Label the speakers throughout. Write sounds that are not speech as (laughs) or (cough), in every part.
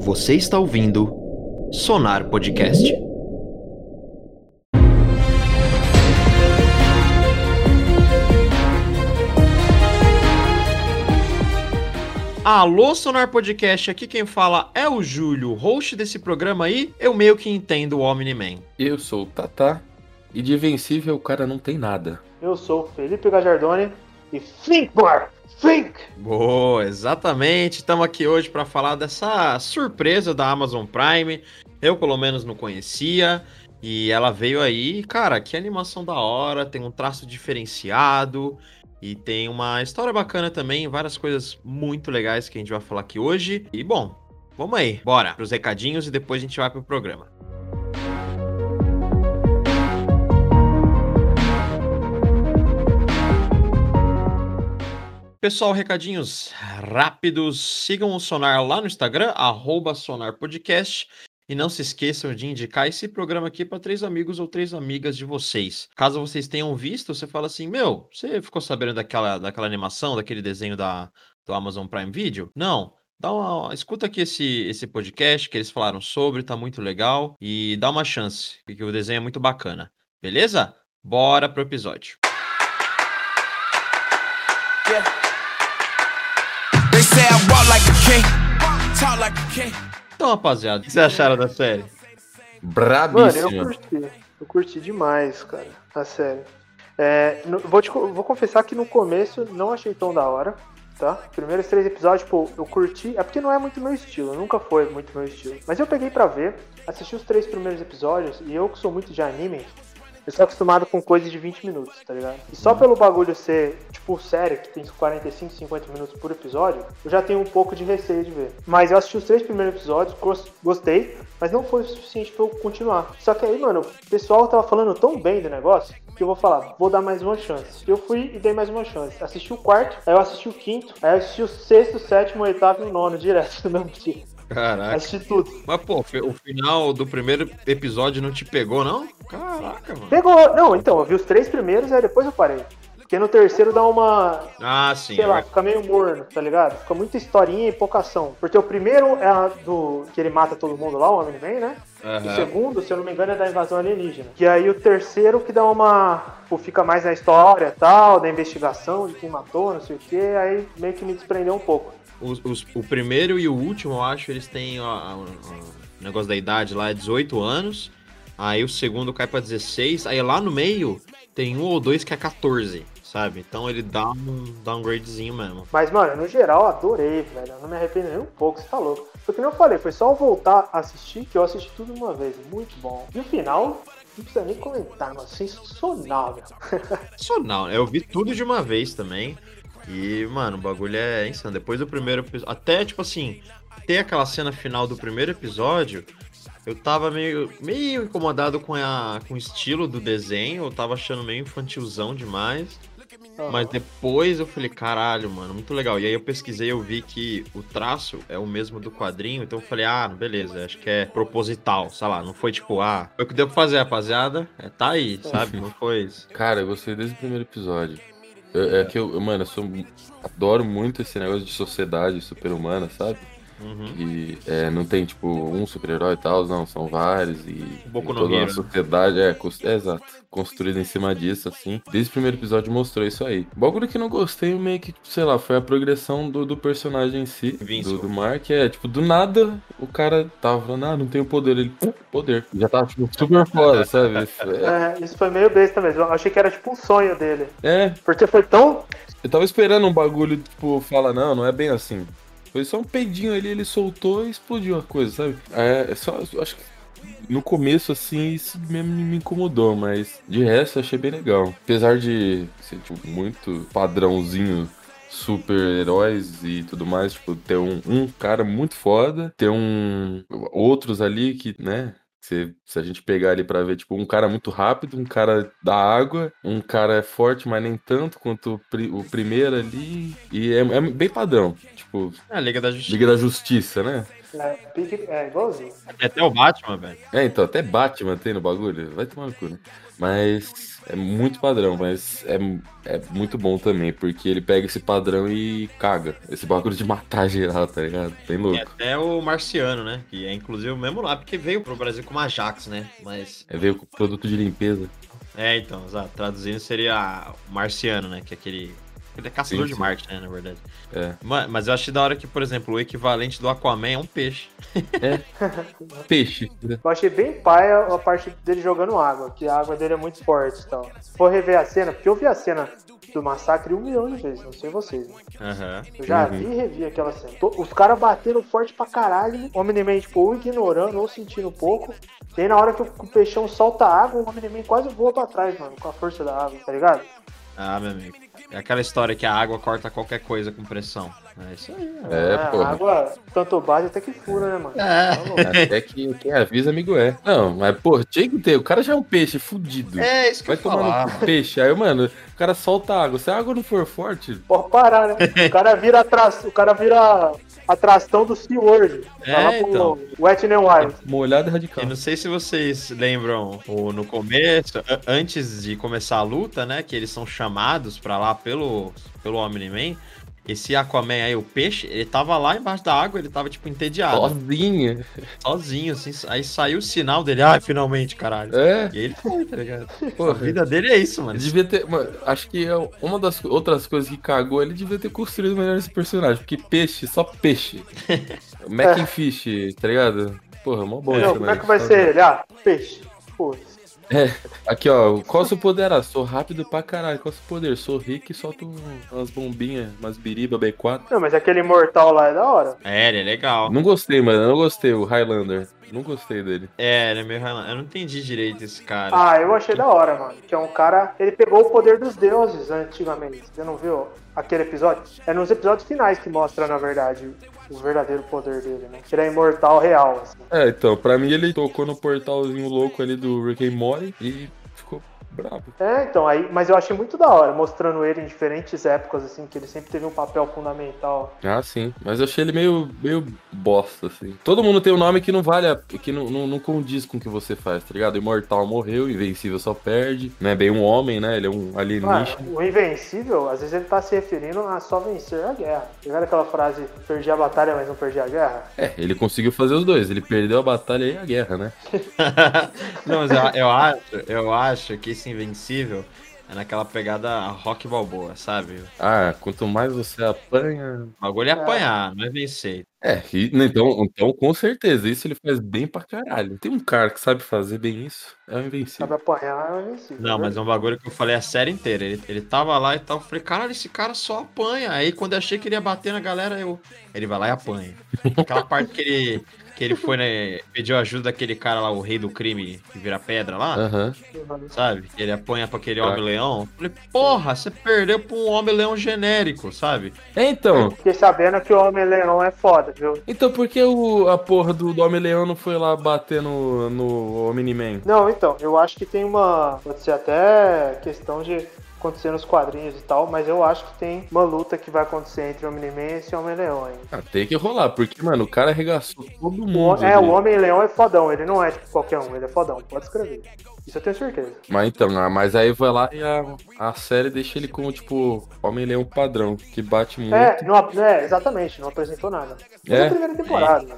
Speaker 1: Você está ouvindo Sonar Podcast. Alô, Sonar Podcast, aqui quem fala é o Júlio, host desse programa aí, eu meio que entendo o Omni-Man.
Speaker 2: Eu sou o Tatá e de vencível o cara não tem nada.
Speaker 3: Eu sou Felipe Gajardoni e Think More! Think!
Speaker 1: Boa, exatamente. Estamos aqui hoje para falar dessa surpresa da Amazon Prime. Eu, pelo menos, não conhecia. E ela veio aí, cara, que animação da hora, tem um traço diferenciado e tem uma história bacana também, várias coisas muito legais que a gente vai falar aqui hoje. E bom, vamos aí, bora pros recadinhos e depois a gente vai pro programa. Pessoal, recadinhos rápidos. Sigam o Sonar lá no Instagram, arroba Sonar Podcast. E não se esqueçam de indicar esse programa aqui para três amigos ou três amigas de vocês. Caso vocês tenham visto, você fala assim: Meu, você ficou sabendo daquela, daquela animação, daquele desenho da, do Amazon Prime Video? Não. Dá uma, escuta aqui esse, esse podcast que eles falaram sobre, tá muito legal. E dá uma chance, porque o desenho é muito bacana. Beleza? Bora pro episódio.
Speaker 4: They say I walk like a king, talk like a king.
Speaker 1: Então, rapaziada, o que vocês acharam da série?
Speaker 3: Mano, eu
Speaker 2: Brabíssimo.
Speaker 3: curti. Eu curti demais, cara. A série. É, no- vou, te co- vou confessar que no começo não achei tão da hora, tá? Primeiros três episódios, tipo, eu curti. É porque não é muito meu estilo, nunca foi muito meu estilo. Mas eu peguei pra ver, assisti os três primeiros episódios, e eu que sou muito de anime, eu sou acostumado com coisa de 20 minutos, tá ligado? E só pelo bagulho ser, tipo, série, que tem 45, 50 minutos por episódio, eu já tenho um pouco de receio de ver. Mas eu assisti os três primeiros episódios, gos- gostei, mas não foi o suficiente pra eu continuar. Só que aí, mano, o pessoal tava falando tão bem do negócio que eu vou falar, vou dar mais uma chance. Eu fui e dei mais uma chance. Assisti o quarto, aí eu assisti o quinto, aí eu assisti o sexto, sétimo, oitavo e o nono, direto no mesmo dia.
Speaker 1: Caraca.
Speaker 3: Assisti tudo.
Speaker 1: Mas, pô, fe- o final do primeiro episódio não te pegou, não? Caraca, mano.
Speaker 3: Pegou! Não, então, eu vi os três primeiros, aí depois eu parei. Porque no terceiro dá uma,
Speaker 1: Ah, sim.
Speaker 3: sei lá,
Speaker 1: vai-
Speaker 3: fica meio morno, tá ligado? Fica muita historinha e pouca ação. Porque o primeiro é a do que ele mata todo mundo lá, o homem vem, né? O
Speaker 1: Aham.
Speaker 3: segundo, se eu não me engano, é da invasão alienígena. E aí o terceiro que dá uma. Tipo, fica mais na história tal, da investigação, de quem matou, não sei o quê. Aí meio que me desprendeu um pouco.
Speaker 1: Os- os- o primeiro e o último, eu acho, eles têm ó, a- o negócio da idade lá, é 18 anos. Aí o segundo cai pra 16. Aí lá no meio tem um ou dois que é 14, sabe? Então ele dá um downgradezinho mesmo.
Speaker 3: Mas, mano, no geral, adorei, velho. Eu não me arrependo nem um pouco, você tá louco. Foi que nem eu falei, foi só eu voltar a assistir que eu assisti tudo de uma vez. Muito bom. E o final, não precisa nem comentar, mano. Sensacional, velho.
Speaker 1: Só não, né? eu vi tudo de uma vez também. E, mano, o bagulho é insano. Depois do primeiro episódio. Até, tipo assim, ter aquela cena final do primeiro episódio, eu tava meio, meio incomodado com, a, com o estilo do desenho. Eu tava achando meio infantilzão demais. Mas depois eu falei, caralho, mano, muito legal. E aí eu pesquisei, eu vi que o traço é o mesmo do quadrinho, então eu falei, ah, beleza, acho que é proposital, sei lá, não foi tipo, ah, foi o que deu pra fazer, rapaziada. É, tá aí, sabe? Não foi isso.
Speaker 2: Cara, eu gostei desde o primeiro episódio. Eu- é que eu, eu, mano, eu sou, adoro muito esse negócio de sociedade super-humana, sabe?
Speaker 1: Uhum.
Speaker 2: E é, não tem, tipo, um super-herói e tal, não, são vários. E
Speaker 1: Boku
Speaker 2: e
Speaker 1: no
Speaker 2: toda
Speaker 1: Hero,
Speaker 2: uma
Speaker 1: né?
Speaker 2: sociedade é, cons- é, exato, construída em cima disso, assim. Desde o primeiro episódio mostrou isso aí. O bagulho que eu não gostei, meio que, sei lá, foi a progressão do, do personagem em si, do,
Speaker 1: Invincible.
Speaker 2: do Mark. É, tipo, do nada o cara tava falando, ah, não tenho poder. Ele, pum, poder. Já tava, tipo, super foda, sabe? Isso É,
Speaker 3: É, isso foi meio besta mesmo. Eu achei que era tipo um sonho dele.
Speaker 2: é,
Speaker 3: Porque foi tão.
Speaker 2: Eu tava esperando um bagulho, tipo, fala, não, não é bem assim. Foi só um peidinho ali, ele soltou e explodiu a coisa, sabe? É, é só, eu acho que no começo, assim, isso mesmo me incomodou, mas de resto eu achei bem legal. Apesar de ser, tipo, muito padrãozinho super-heróis e tudo mais, tipo, ter um, um cara muito foda, ter um... outros ali que, né... Se, se a gente pegar ali pra ver, tipo, um cara muito rápido, um cara da água, um cara forte, mas nem tanto quanto o, pri- o primeiro ali. E é, é bem padrão. Tipo,
Speaker 1: É a Liga da Justiça.
Speaker 2: Liga da Justiça, né?
Speaker 3: É, Pig- é igualzinho.
Speaker 1: É até o Batman, velho.
Speaker 2: É, então, até Batman tem no bagulho. Vai tomar no cu, né? Mas é muito padrão, mas é, é muito bom também, porque ele pega esse padrão e caga. Esse bagulho de matar geral, tá ligado? Bem
Speaker 1: E
Speaker 2: louco.
Speaker 1: até o Marciano, né? Que é inclusive o mesmo lá, porque veio pro Brasil como Ajax, né? Mas.
Speaker 2: É veio com produto de limpeza.
Speaker 1: É, então, exato. Traduzindo seria o Marciano, né? Que é aquele. Ele é caçador
Speaker 2: Sim,
Speaker 1: de
Speaker 2: sim.
Speaker 1: Marte, né? Na verdade.
Speaker 2: É.
Speaker 1: Ma- Mas eu achei da hora que, por exemplo, o equivalente do Aquaman é um peixe.
Speaker 2: Peixe. né?
Speaker 3: Eu achei bem paia a parte dele jogando água, que a água dele é muito forte e tal. Se for rever a cena, porque eu vi a cena do massacre um milhão de vezes, não sei vocês. né?
Speaker 1: Aham.
Speaker 3: Eu já
Speaker 2: Uhum.
Speaker 3: vi e revi aquela cena. Tô- Os caras batendo forte pra caralho, o Omni-Man, tipo, ou ignorando, ou sentindo pouco. E aí na hora que o- que o peixão solta a água, o Omni-Man quase voa pra trás, mano, com a força da água, tá ligado?
Speaker 1: Ah, meu amigo. É aquela história que a água corta qualquer coisa com pressão. É isso aí. é.
Speaker 2: É,
Speaker 3: a
Speaker 2: porra.
Speaker 3: água tanto bate até que fura, né, mano?
Speaker 2: É.
Speaker 3: Tá louco.
Speaker 2: Até que quem avisa, amigo é. Não, mas, pô, tinha que ter. O cara já é um peixe fudido.
Speaker 1: É, isso que
Speaker 2: Vai
Speaker 1: eu
Speaker 2: tomar
Speaker 1: falar.
Speaker 2: no cu, peixe. Aí, mano, o cara solta água. Se a água não for forte,
Speaker 3: Pode parar, né? O cara vira, atra... o cara vira atração do SeaWorld. Tá
Speaker 1: É,
Speaker 3: lá pro
Speaker 1: então.
Speaker 3: Wet n Wild.
Speaker 2: molhada é radical.
Speaker 1: Eu não sei se vocês lembram o, no começo, a- antes de começar a luta, né? Que eles são chamados pra lá pelo, pelo Omni-Man. Esse Aquaman aí, o peixe, ele tava lá embaixo da água, ele tava, tipo, entediado,
Speaker 2: Sozinha.
Speaker 1: sozinho, assim. Aí saiu o sinal dele, ah, finalmente, caralho.
Speaker 2: É,
Speaker 1: E aí ele foi, tá ligado? A
Speaker 2: porra.
Speaker 1: vida dele é isso, mano.
Speaker 2: Ele devia ter. mano, acho que é uma das co- outras coisas que cagou, ele devia ter construído melhor esse personagem. Porque peixe, só
Speaker 1: (laughs)
Speaker 2: peixe. Mac and Fish, tá ligado? Porra, mó bom
Speaker 3: Não,
Speaker 2: isso,
Speaker 3: como
Speaker 2: mano.
Speaker 3: é que vai ser ele? Ah, peixe. Putz.
Speaker 2: Aqui, ó. Qual o seu poder? Ah, sou rápido pra caralho. Qual o seu poder? Sou rico e solto um- umas bombinhas, umas biriba, B4.
Speaker 3: Não, mas aquele mortal lá é da hora.
Speaker 1: É, ele é legal.
Speaker 2: Não gostei, mano. Eu não gostei, o Highlander. Não gostei dele.
Speaker 1: É, ele é meio Highlander. Eu não entendi direito esse cara.
Speaker 3: Ah, eu achei da hora, mano. Que é um cara. Ele pegou o poder dos deuses antigamente. Você não viu aquele episódio? É nos episódios finais que mostra, na verdade, o verdadeiro poder dele, né? Que ele é imortal real, assim.
Speaker 2: É, então, pra mim ele tocou no portalzinho louco ali do Rick and Morty e ficou brabo.
Speaker 3: É, então, aí, mas eu achei muito da hora, mostrando ele em diferentes épocas, assim, que ele sempre teve um papel fundamental.
Speaker 2: Ah, sim. Mas eu achei ele meio, meio bosta, assim. Todo mundo tem um nome que não vale, a, que não, não, não condiz com o que você faz, tá ligado? Imortal morreu, Invencível só perde. Não é bem um homem, né? Ele é um
Speaker 3: Mano,
Speaker 2: alienígena.
Speaker 3: o invencível, às vezes ele tá se referindo a só vencer a guerra. Pegaram aquela frase, perdi a batalha, mas não perdi a guerra?
Speaker 2: É, ele conseguiu fazer os dois. Ele perdeu a batalha e a guerra, né?
Speaker 1: (laughs) não, mas eu, eu acho, eu acho que esse Invencível é naquela pegada rock balboa, sabe? O
Speaker 2: Ah, quanto mais você apanha.
Speaker 1: bagulho é apanhar, não é vencer.
Speaker 2: É, e- então, então com certeza, isso ele faz bem pra caralho. Tem um cara que sabe fazer bem isso. É o Invencível.
Speaker 3: Sabe apanhar, é invencível.
Speaker 1: Não, mas é um bagulho que eu falei a série inteira. Ele, ele tava lá e tal, eu falei, caralho, esse cara só apanha. Aí quando eu achei que ele ia bater na galera, eu. Ele vai lá e apanha. Aquela parte que ele. Que ele foi, né? Pediu ajuda daquele cara lá, o rei do crime, que vira pedra lá.
Speaker 2: Aham.
Speaker 3: né?
Speaker 1: sabe? Ele apanha pra aquele
Speaker 2: Tá.
Speaker 1: homem-leão. Falei, porra, você perdeu pra um homem-leão genérico, sabe?
Speaker 2: É, então.
Speaker 3: Fiquei sabendo que o Homem-Leão é foda, viu?
Speaker 2: Então por que o, a porra do, do Homem-Leão não foi lá bater no, no Omni-Man?
Speaker 3: Não, então, eu acho que tem uma. Pode ser até questão de acontecer nos quadrinhos e tal, mas eu acho que tem uma luta que vai acontecer entre o Omni-Man e esse Homem-Leão ainda.
Speaker 2: Ah, tem que rolar, porque, mano, o cara arregaçou todo
Speaker 1: Hum,
Speaker 3: O-
Speaker 2: mundo.
Speaker 3: É,
Speaker 2: ali.
Speaker 3: o Homem-Leão é fodão, ele não é tipo qualquer um, ele é fodão, pode escrever. Isso eu tenho certeza.
Speaker 2: Mas então, ah, mas aí vai lá e a, a série deixa ele como, tipo, Homem-Leão padrão, que bate muito.
Speaker 3: É, não, ap- é, exatamente, não apresentou nada. Mas é
Speaker 2: É.
Speaker 3: a primeira temporada, né?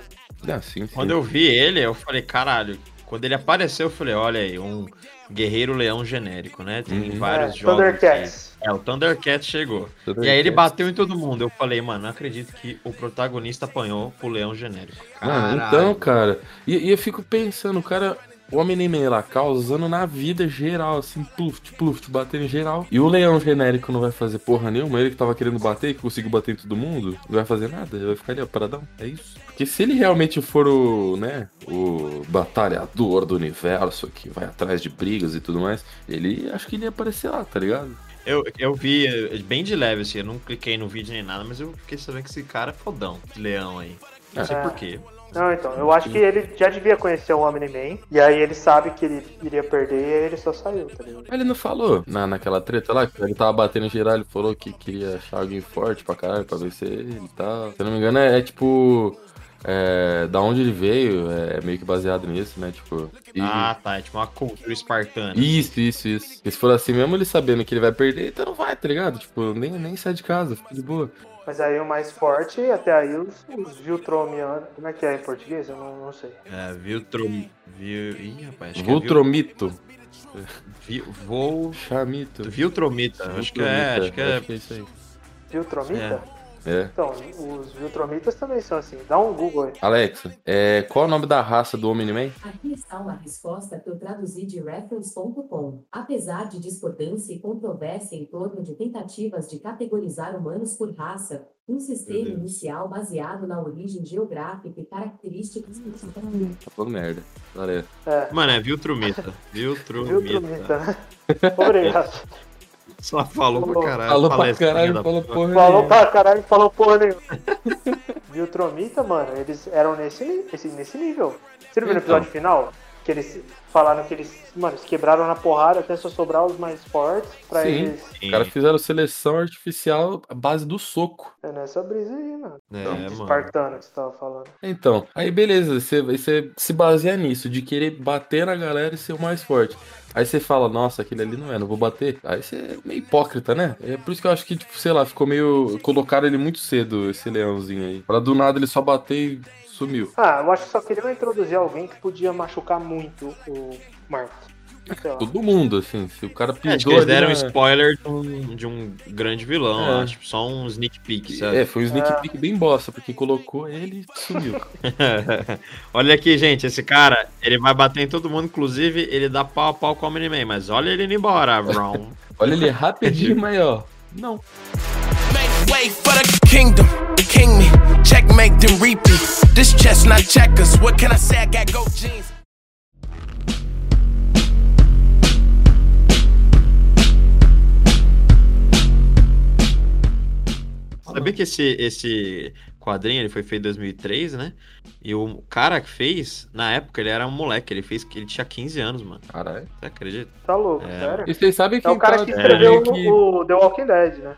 Speaker 2: Ah, sim, sim.
Speaker 1: Quando eu vi ele, eu falei, caralho. Quando ele apareceu, eu falei, olha aí, um guerreiro-leão genérico, né? Tem
Speaker 2: Uhum.
Speaker 1: vários
Speaker 3: É,
Speaker 1: jogos.
Speaker 3: Thundercats.
Speaker 1: que- É, o Thundercat chegou.
Speaker 2: Tudo
Speaker 1: E aí ele
Speaker 2: bem.
Speaker 1: bateu em todo mundo. Eu falei, mano, não acredito que o protagonista apanhou pro leão genérico.
Speaker 2: Ah,
Speaker 1: Caralho.
Speaker 2: então, cara. E, e eu fico pensando, o cara. O Homem-Man lá causando na vida geral, assim, pluft, pluft, batendo em geral. E o leão genérico não vai fazer porra nenhuma. Ele que tava querendo bater, que conseguiu bater em todo mundo, não vai fazer nada. Ele vai ficar ali, ó, paradão. É isso. Porque se ele realmente for o, né, o batalhador do universo que vai atrás de brigas e tudo mais, ele acho que ele ia aparecer lá, tá ligado?
Speaker 1: Eu, eu vi eh, bem de leve, assim, eu não cliquei no vídeo nem nada, mas eu fiquei sabendo que esse cara é fodão, esse leão aí. Não sei
Speaker 3: É.
Speaker 1: por quê.
Speaker 3: Não, então, eu acho que ele já devia conhecer o Omni-Man, e aí ele sabe que ele iria perder, e aí ele só saiu, tá ligado?
Speaker 2: Mas Ele não falou na, naquela treta lá, que ele tava batendo em geral, ele tá. falou que queria achar alguém forte pra caralho, pra vencer ele e tal. Se eu não me engano, é, é tipo. é, da onde ele veio, é meio que baseado nisso, né? Tipo. e-
Speaker 1: Ah, tá. É tipo uma cultura espartana.
Speaker 2: Isso, isso, isso. E se for assim mesmo, ele sabendo que ele vai perder, então não vai, tá ligado? Tipo, nem, nem sai de casa, fica de boa.
Speaker 3: Mas aí o mais forte, até aí os, os Viltromianos. Como é que é em português? Eu não, não sei.
Speaker 1: É, Viltrom... Vil... Ih, rapaz, acho é
Speaker 2: Vultromito.
Speaker 1: que é Vil... Vil... Vol...
Speaker 2: Chamito.
Speaker 1: Viltromita. Acho que é, acho que é...
Speaker 2: Acho que é isso aí.
Speaker 3: Viltromita?
Speaker 2: É.
Speaker 3: Então, os Viltromitas também são assim. Dá um Google aí.
Speaker 2: Alexa, é, qual é o nome da raça do Omni-Man?
Speaker 5: Aqui está uma resposta que eu traduzi de reference.com. Apesar de discordância e controvérsia em torno de tentativas de categorizar humanos por raça, um sistema
Speaker 1: Deus.
Speaker 5: inicial baseado na origem geográfica e características.
Speaker 2: Tá falando merda. Valeu.
Speaker 3: É.
Speaker 1: Mano, é
Speaker 3: (laughs)
Speaker 1: Viltromita. Viltromita.
Speaker 3: Viltromita, né?
Speaker 1: (laughs)
Speaker 3: (laughs) Obrigado.
Speaker 1: Só falou pra
Speaker 3: Falou.
Speaker 1: caralho.
Speaker 2: Falou pra
Speaker 1: palestrinha
Speaker 2: caralho,
Speaker 1: da
Speaker 2: falou
Speaker 1: porra.
Speaker 2: porra.
Speaker 3: Falou
Speaker 2: nenhuma.
Speaker 3: pra caralho, falou porra nenhuma. (laughs) Viltromita, mano, eles eram nesse, ni- esse- nesse nível. Você não viu no
Speaker 2: Então.
Speaker 3: episódio final? Que eles falaram que eles, mano, se quebraram na porrada até só sobrar os mais fortes pra
Speaker 2: Sim.
Speaker 3: eles.
Speaker 1: Sim,
Speaker 2: Os caras fizeram seleção artificial à base do soco.
Speaker 3: É nessa brisa aí, mano.
Speaker 1: É, mano.
Speaker 3: Espartano que você tava falando.
Speaker 2: Então, aí beleza, você, você se baseia nisso, de querer bater na galera e ser o mais forte. Aí você fala, nossa, aquele ali não é, não vou bater. Aí você é meio hipócrita, né? É por isso que eu acho que, tipo, sei lá, ficou meio. Colocaram ele muito cedo, esse leãozinho aí. Pra do nada ele só bater e sumiu.
Speaker 3: Ah, eu acho que só queriam introduzir alguém que podia machucar muito o Marcos. Sei lá.
Speaker 2: Todo mundo, assim, se o cara
Speaker 1: É, acho que
Speaker 2: pisou
Speaker 1: eles
Speaker 2: ali
Speaker 1: deram um
Speaker 2: na-
Speaker 1: spoiler de um, de um grande vilão,
Speaker 2: É.
Speaker 1: lá, tipo, só um sneak peek, sabe?
Speaker 2: É, foi um sneak peek bem bosta, porque colocou ele e sumiu.
Speaker 1: (laughs) olha aqui, gente, esse cara, ele vai bater em todo mundo, inclusive ele dá pau a pau com o Omni-Man, mas olha ele indo embora, (laughs) Brown.
Speaker 2: Olha ele rapidinho, mas ó. Não.
Speaker 4: Make way for the kingdom. King me. Checkmate, then repeat. This chess, not checkers. What can I say? I got goat jeans.
Speaker 1: Sabia que esse, esse quadrinho ele foi feito em 2003, né? E o cara que fez, na época, ele era um moleque, ele fez, ele tinha 15 anos, mano.
Speaker 2: Caralho.
Speaker 1: Você acredita?
Speaker 3: Tá louco,
Speaker 1: É.
Speaker 3: sério?
Speaker 2: E vocês sabem
Speaker 3: É
Speaker 2: quem
Speaker 3: o cara que
Speaker 2: tá-
Speaker 3: escreveu
Speaker 2: meio que-
Speaker 3: o, o The Walking Dead, né?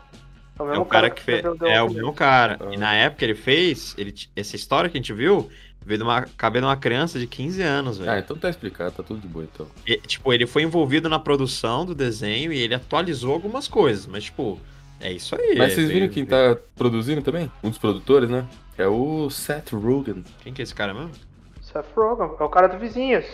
Speaker 1: É o cara que fez.
Speaker 3: The
Speaker 1: É o
Speaker 3: Walking Dead.
Speaker 1: mesmo cara.
Speaker 2: Ah.
Speaker 1: E na época ele fez, ele, t- essa história que a gente viu, veio de uma, cabendo uma criança de 15 anos, velho.
Speaker 2: Ah, então tá explicado, tá tudo de boa então.
Speaker 1: E, tipo, ele foi envolvido na produção do desenho e ele atualizou algumas coisas, mas, tipo, é isso aí.
Speaker 2: Mas vocês
Speaker 1: veio-
Speaker 2: viram quem tá produzindo também? Um dos produtores, né? É o Seth Rogen.
Speaker 1: Quem que é esse cara mesmo?
Speaker 3: Seth Rogen, é o cara do Vizinhos.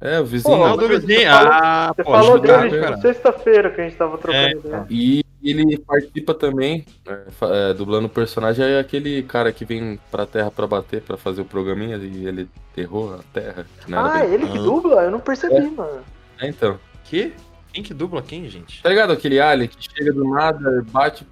Speaker 2: É, o vizinho.
Speaker 3: Porra,
Speaker 1: Não, do
Speaker 3: você
Speaker 1: vizinho.
Speaker 3: falou-
Speaker 1: Ah,
Speaker 3: Você
Speaker 1: pô,
Speaker 3: falou
Speaker 1: acho que tá,
Speaker 3: dele
Speaker 1: cara.
Speaker 3: sexta-feira que a gente tava trocando
Speaker 1: É,
Speaker 3: ideia.
Speaker 2: E ele participa também, é, fa- é, dublando o personagem, é aquele cara que vem pra terra pra bater, pra fazer o programinha, e ele errou a terra. que não era
Speaker 3: Ah,
Speaker 2: bem-
Speaker 3: ele que
Speaker 1: Ah.
Speaker 3: dubla? Eu não percebi, mano.
Speaker 2: É, então.
Speaker 1: Que? Quem que dubla quem, gente?
Speaker 2: Tá ligado aquele alien que chega do nada, bate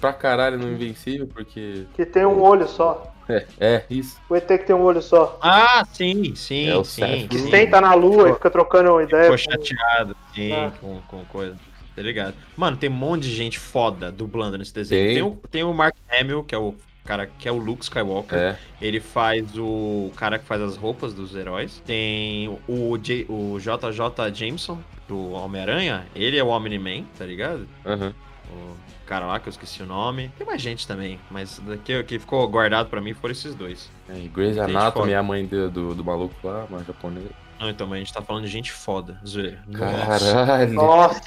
Speaker 2: pra caralho no Invencível, porque...
Speaker 3: Que tem um olho só.
Speaker 2: É, é, isso.
Speaker 3: O ET que tem um olho só.
Speaker 1: Ah, sim, sim,
Speaker 2: É o
Speaker 1: sim.
Speaker 2: Seth
Speaker 1: sim.
Speaker 3: Tem, tá na lua e fica trocando ideia.
Speaker 1: Ficou
Speaker 3: com-
Speaker 1: chateado, sim,
Speaker 3: Ah.
Speaker 1: com, com coisa. Tá ligado? Mano, tem um monte de gente foda dublando nesse desenho.
Speaker 2: Tem.
Speaker 1: Tem, o, tem o Mark Hamill, que é o cara que é o Luke Skywalker.
Speaker 2: É.
Speaker 1: Ele faz o cara que faz as roupas dos heróis. Tem o, J- o JJ Jameson, do Homem-Aranha. Ele é o Omni-Man, tá ligado?
Speaker 2: aham.
Speaker 1: O cara lá que eu esqueci o nome. Tem mais gente também, mas daqui que ficou guardado pra mim foram esses dois.
Speaker 2: É, e Grey's
Speaker 1: Gente
Speaker 2: Anatomy,
Speaker 1: foda.
Speaker 2: a mãe do, do, do maluco lá, uma japonesa.
Speaker 1: Não, então, mas a gente tá falando de gente foda. Zoeira. Nossa.
Speaker 2: Caralho.
Speaker 3: Nossa.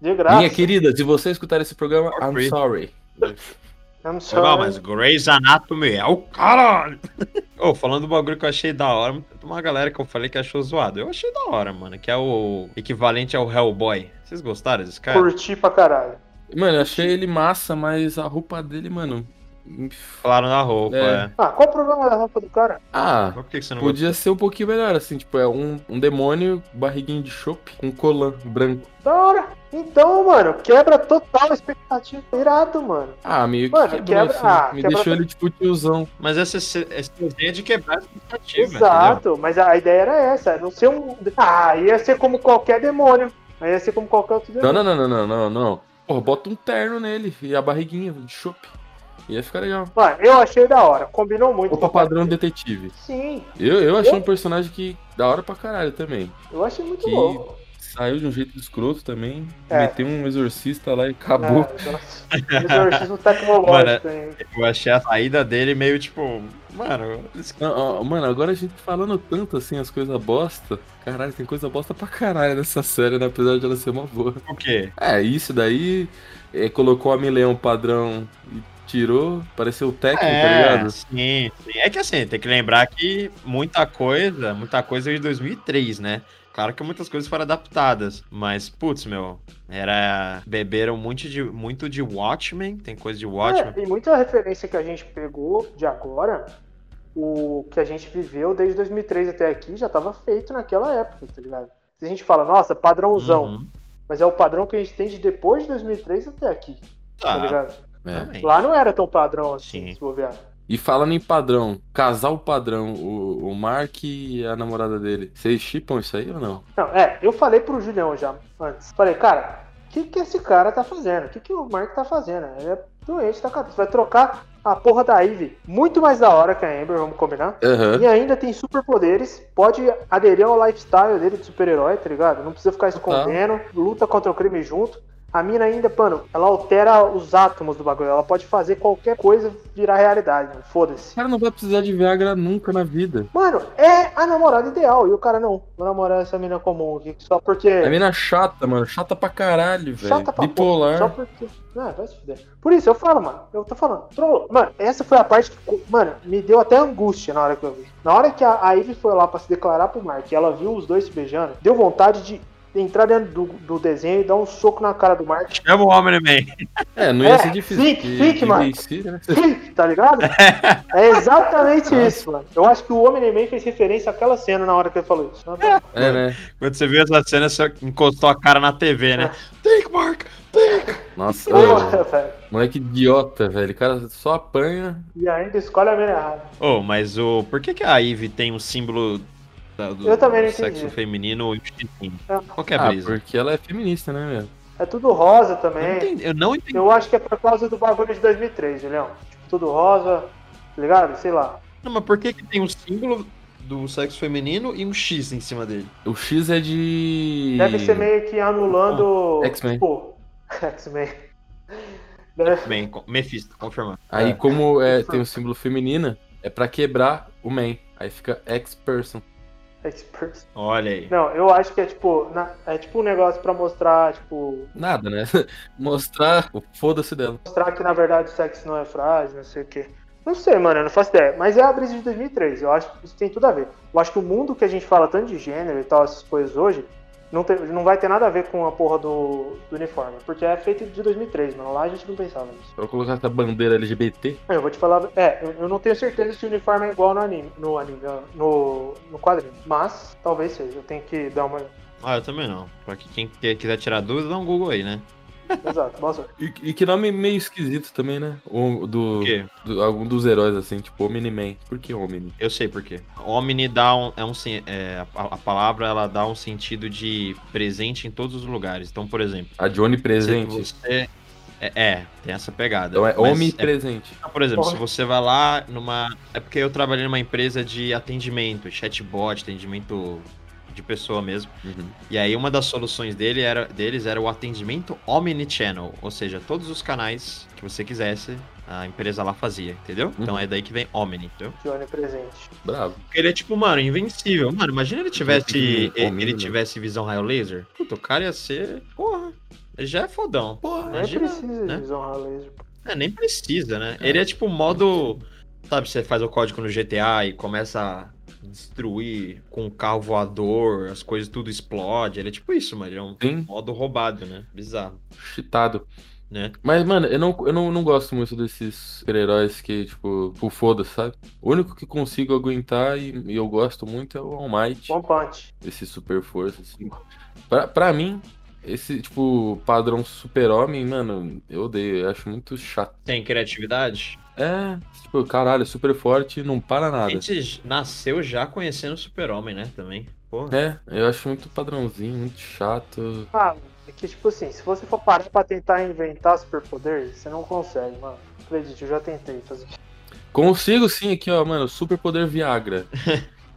Speaker 3: De graça.
Speaker 2: Minha querida, se você escutar esse programa,
Speaker 1: For
Speaker 2: I'm
Speaker 1: free.
Speaker 2: sorry.
Speaker 3: I'm
Speaker 1: Não,
Speaker 3: sorry.
Speaker 1: mas Grey's Anatomy é o caralho! Ô, falando do bagulho que eu achei da hora, tem uma galera que eu falei que achou zoado. Eu achei da hora, mano, que é o equivalente ao Hellboy. Vocês gostaram desse cara?
Speaker 3: Curti pra caralho.
Speaker 2: Mano, eu achei ele massa, mas a roupa dele, mano. me f-
Speaker 1: Falaram da roupa,
Speaker 2: É.
Speaker 1: é.
Speaker 3: Ah, qual o problema da roupa do cara?
Speaker 2: Ah,
Speaker 1: Mas por que que você não gostou?
Speaker 2: podia ser um pouquinho melhor, assim, tipo, é um, um demônio, barriguinho de chope, com colã branco.
Speaker 3: Da hora. Então, mano, quebra total a expectativa. Irado, mano.
Speaker 2: Ah, meio que
Speaker 3: Mano,
Speaker 2: quebrou,
Speaker 3: quebra-
Speaker 2: assim,
Speaker 3: ah,
Speaker 2: me
Speaker 3: quebra-
Speaker 2: deixou ele tipo tiozão.
Speaker 1: Mas essa, essa ideia de quebrar a expectativa, entendeu?
Speaker 3: Exato, mas a a ideia era essa, não ser um. Ah, ia ser como qualquer demônio. Aí ia ser como qualquer outro
Speaker 2: Não,
Speaker 3: demônio.
Speaker 2: não, não, não, não, não, não. Porra, bota um terno nele e a barriguinha de chope. Ia ficar legal.
Speaker 3: Mano, eu achei da hora. Combinou muito.
Speaker 2: Roupa
Speaker 3: com o
Speaker 2: padrão detetive.
Speaker 3: Sim,
Speaker 2: Eu, eu achei um personagem que da hora pra caralho também.
Speaker 3: eu achei muito
Speaker 2: Que
Speaker 3: louco.
Speaker 2: saiu de um jeito escroto também.
Speaker 3: É.
Speaker 2: Meteu um exorcista lá e acabou.
Speaker 3: É, nossa.
Speaker 1: (laughs)
Speaker 3: Exorcismo tecnológico, hein?
Speaker 1: Tipo, Eu achei a saída dele meio tipo. Mano, é eles-
Speaker 2: Não, ó, mano, agora a gente falando tanto assim as coisas bosta. Caralho, tem coisa bosta pra caralho nessa série, né? Apesar de ela ser uma boa.
Speaker 1: o quê?
Speaker 2: É, isso daí. é, colocou a Mileão padrão e tirou. Pareceu o técnico,
Speaker 3: É.
Speaker 2: tá ligado?
Speaker 1: sim, sim. É que assim, tem que lembrar que muita coisa, muita coisa é de 2003, né? Claro que muitas coisas foram adaptadas, mas, putz, meu, era. Beberam muito de, muito de Watchmen, tem coisa de
Speaker 3: É,
Speaker 1: Watchmen.
Speaker 3: tem muita referência que a gente pegou de agora, o que a gente viveu desde 2003 até aqui já estava feito naquela época, tá ligado? Se a gente fala, nossa, padrãozão,
Speaker 1: Uhum.
Speaker 3: mas é o padrão que a gente tem de depois de 2003 até aqui,
Speaker 1: Tá,
Speaker 3: tá, ligado?
Speaker 2: É.
Speaker 1: também.
Speaker 3: Lá não era tão padrão assim,
Speaker 1: Sim.
Speaker 3: se bobear.
Speaker 2: E falando em padrão, casal padrão, o, o Mark e a namorada dele. Vocês chipam isso aí ou não?
Speaker 3: Não, é, eu falei pro Julião já antes. Falei, cara, o que, que esse cara tá fazendo? O que, que o Mark tá fazendo? Ele é doente da cabeça. Vai trocar a porra da Ivy. Muito mais da hora que a Amber, vamos combinar.
Speaker 2: Aham.
Speaker 3: E ainda tem superpoderes, pode aderir ao lifestyle dele de super-herói, tá ligado? Não precisa ficar escondendo, luta contra o crime junto. A mina ainda, mano, ela altera os átomos do bagulho. Ela pode fazer qualquer coisa virar realidade, mano.
Speaker 2: O (laughs)
Speaker 3: Foda-se.
Speaker 2: cara não vai precisar de Viagra nunca na vida.
Speaker 3: Mano, é a namorada ideal. E o cara não. Vou namorar essa mina comum aqui, só porque.
Speaker 2: A mina é chata, mano. Chata pra caralho, velho.
Speaker 3: É. Chata pra porra,
Speaker 2: Bipolar.
Speaker 3: Só porque. Não, vai se fuder. Por isso, eu falo, mano. Eu tô falando. Troll. Mano, essa foi a parte que. Mano, me deu até angústia na hora que eu vi. Na hora que a, a Ivy foi lá pra se declarar pro Mark, e ela viu os dois se beijando, deu vontade de entrar dentro do, do desenho e dar um soco na cara do
Speaker 2: (laughs)
Speaker 3: Mark.
Speaker 1: Chama o Omni-Man.
Speaker 2: É, não ia
Speaker 3: É,
Speaker 2: ser difícil.
Speaker 3: fique,
Speaker 2: porque
Speaker 3: fique, mano.
Speaker 2: envelhecer, né? (laughs)
Speaker 3: tá ligado? É exatamente isso, mano. Eu acho que o Homem-Man fez referência àquela cena na hora que ele falou isso.
Speaker 2: É, né?
Speaker 1: Quando você viu essa cena, você encostou a cara na TV,
Speaker 3: É.
Speaker 1: né? Take, Mark!
Speaker 2: Nossa,
Speaker 3: Porra,
Speaker 2: ô,
Speaker 3: velho.
Speaker 2: moleque idiota, velho. O cara só apanha.
Speaker 3: E ainda escolhe a mina errada.
Speaker 1: Ô, mas o. Por que, que a Ivy tem um símbolo da- do,
Speaker 3: Eu também não
Speaker 1: do sexo
Speaker 3: entendi.
Speaker 1: feminino e o chitinho?
Speaker 3: Ah.
Speaker 1: Qual que é a
Speaker 2: ah,
Speaker 1: brisa?
Speaker 2: porque ela é feminista, né, meu?
Speaker 3: É tudo rosa
Speaker 1: Eu não
Speaker 3: também.
Speaker 1: entendi. Eu não entendi.
Speaker 3: Eu acho que é por causa do bagulho de 2003, Julião. Tipo, tudo rosa, tá ligado? Sei lá.
Speaker 1: Não, mas por que, que tem um símbolo do sexo feminino e um X em cima dele?
Speaker 2: O X é de.
Speaker 3: Deve ser meio que anulando.
Speaker 2: X-Men.
Speaker 3: Tipo, (laughs) X-Men. Deve-
Speaker 1: Bem, co- Mephisto, confirmando.
Speaker 2: Aí,
Speaker 3: É.
Speaker 2: como é, tem o símbolo feminina, é pra quebrar o man. Aí fica X-Person.
Speaker 3: X-Person.
Speaker 1: Olha aí.
Speaker 3: tipo, Não, eu acho que é tipo. na- É tipo um negócio pra mostrar, tipo.
Speaker 2: Nada, né? (laughs) Mostrar o foda-se dela.
Speaker 3: Mostrar que na verdade o sexo não é frágil, não sei o quê. Não sei, mano, eu não faço ideia. Mas é a brisa de 2003, eu acho que isso tem tudo a ver. Eu acho que o mundo que a gente fala tanto de gênero e tal, essas coisas hoje, não, tem- não vai ter nada a ver com a porra do, do uniforme. Porque é feito de 2003, mano. Lá a gente não pensava nisso.
Speaker 2: Pra colocar essa bandeira LGBT.
Speaker 3: Eu vou te falar. É, eu, eu não tenho certeza se o uniforme é igual no anime, no anime, ó, no, no quadrinho. Mas talvez seja. Eu tenho que dar uma. (laughs)
Speaker 1: Ah, eu também não. Pra que quem que- quiser tirar dúvida, dá um Google aí, né?
Speaker 3: Exato, boa sorte.
Speaker 2: E, e que nome meio esquisito também, né? O, do,
Speaker 1: Por quê?
Speaker 2: do- Algum dos heróis, assim, tipo Omni-Man. Por que Omni?
Speaker 1: Eu sei por quê. Omni dá um. É um sen- é, a, a palavra ela dá um sentido de presente em todos os lugares. Então, por exemplo,
Speaker 2: A Johnny presente.
Speaker 1: se você. É, é, tem essa pegada.
Speaker 2: Então é
Speaker 1: Tipo, Mas
Speaker 2: homem
Speaker 1: é
Speaker 2: presente.
Speaker 1: Ah, Por exemplo,
Speaker 3: Porra.
Speaker 1: se você vai lá numa. É porque eu trabalhei numa empresa de atendimento, chatbot, atendimento de pessoa mesmo.
Speaker 2: Uhum.
Speaker 1: E aí uma das soluções dele era, deles era o atendimento omnichannel, ou seja, todos os canais que você quisesse, a empresa lá fazia, entendeu? Então é daí que vem omni, entendeu?
Speaker 3: Johnny presente.
Speaker 2: Bravo.
Speaker 1: Porque ele é tipo, mano, invencível. Mano, imagina ele tivesse
Speaker 2: Ele
Speaker 1: ele,
Speaker 2: tem omni, né?
Speaker 1: tivesse visão raio laser. Puta, o cara ia ser, porra, ele já é fodão. Porra,
Speaker 3: Nem
Speaker 1: imagina,
Speaker 3: precisa
Speaker 1: né?
Speaker 3: de desonrar laser.
Speaker 1: É, nem precisa, né? Ele é tipo modo. Sabe, você faz o código no GTA e começa a destruir com o carro voador, as coisas tudo explode. Ele é tipo isso, mano. Ele é um
Speaker 2: Sim,
Speaker 1: modo roubado, né? Bizarro,
Speaker 2: chitado.
Speaker 1: né?
Speaker 2: Mas, mano, eu não, eu não, não gosto muito desses super-heróis que, tipo, por foda, sabe? O único que consigo aguentar e, e eu gosto muito é o All Might.
Speaker 3: One Punch.
Speaker 2: esse super força, assim. Pra, pra mim, esse, tipo, padrão super-homem, mano, eu odeio, eu acho muito chato.
Speaker 1: Tem criatividade?
Speaker 2: É, tipo, caralho, super forte, não para
Speaker 1: A
Speaker 2: nada.
Speaker 1: gente j- nasceu já conhecendo o super-homem, né? Também. Porra.
Speaker 2: É, eu acho muito padrãozinho, muito chato.
Speaker 3: Ah, é que tipo assim, se você for parar pra tentar inventar superpoder, você não consegue, mano. Acredite, eu já tentei fazer.
Speaker 2: Consigo sim aqui, ó, mano, super poder Viagra.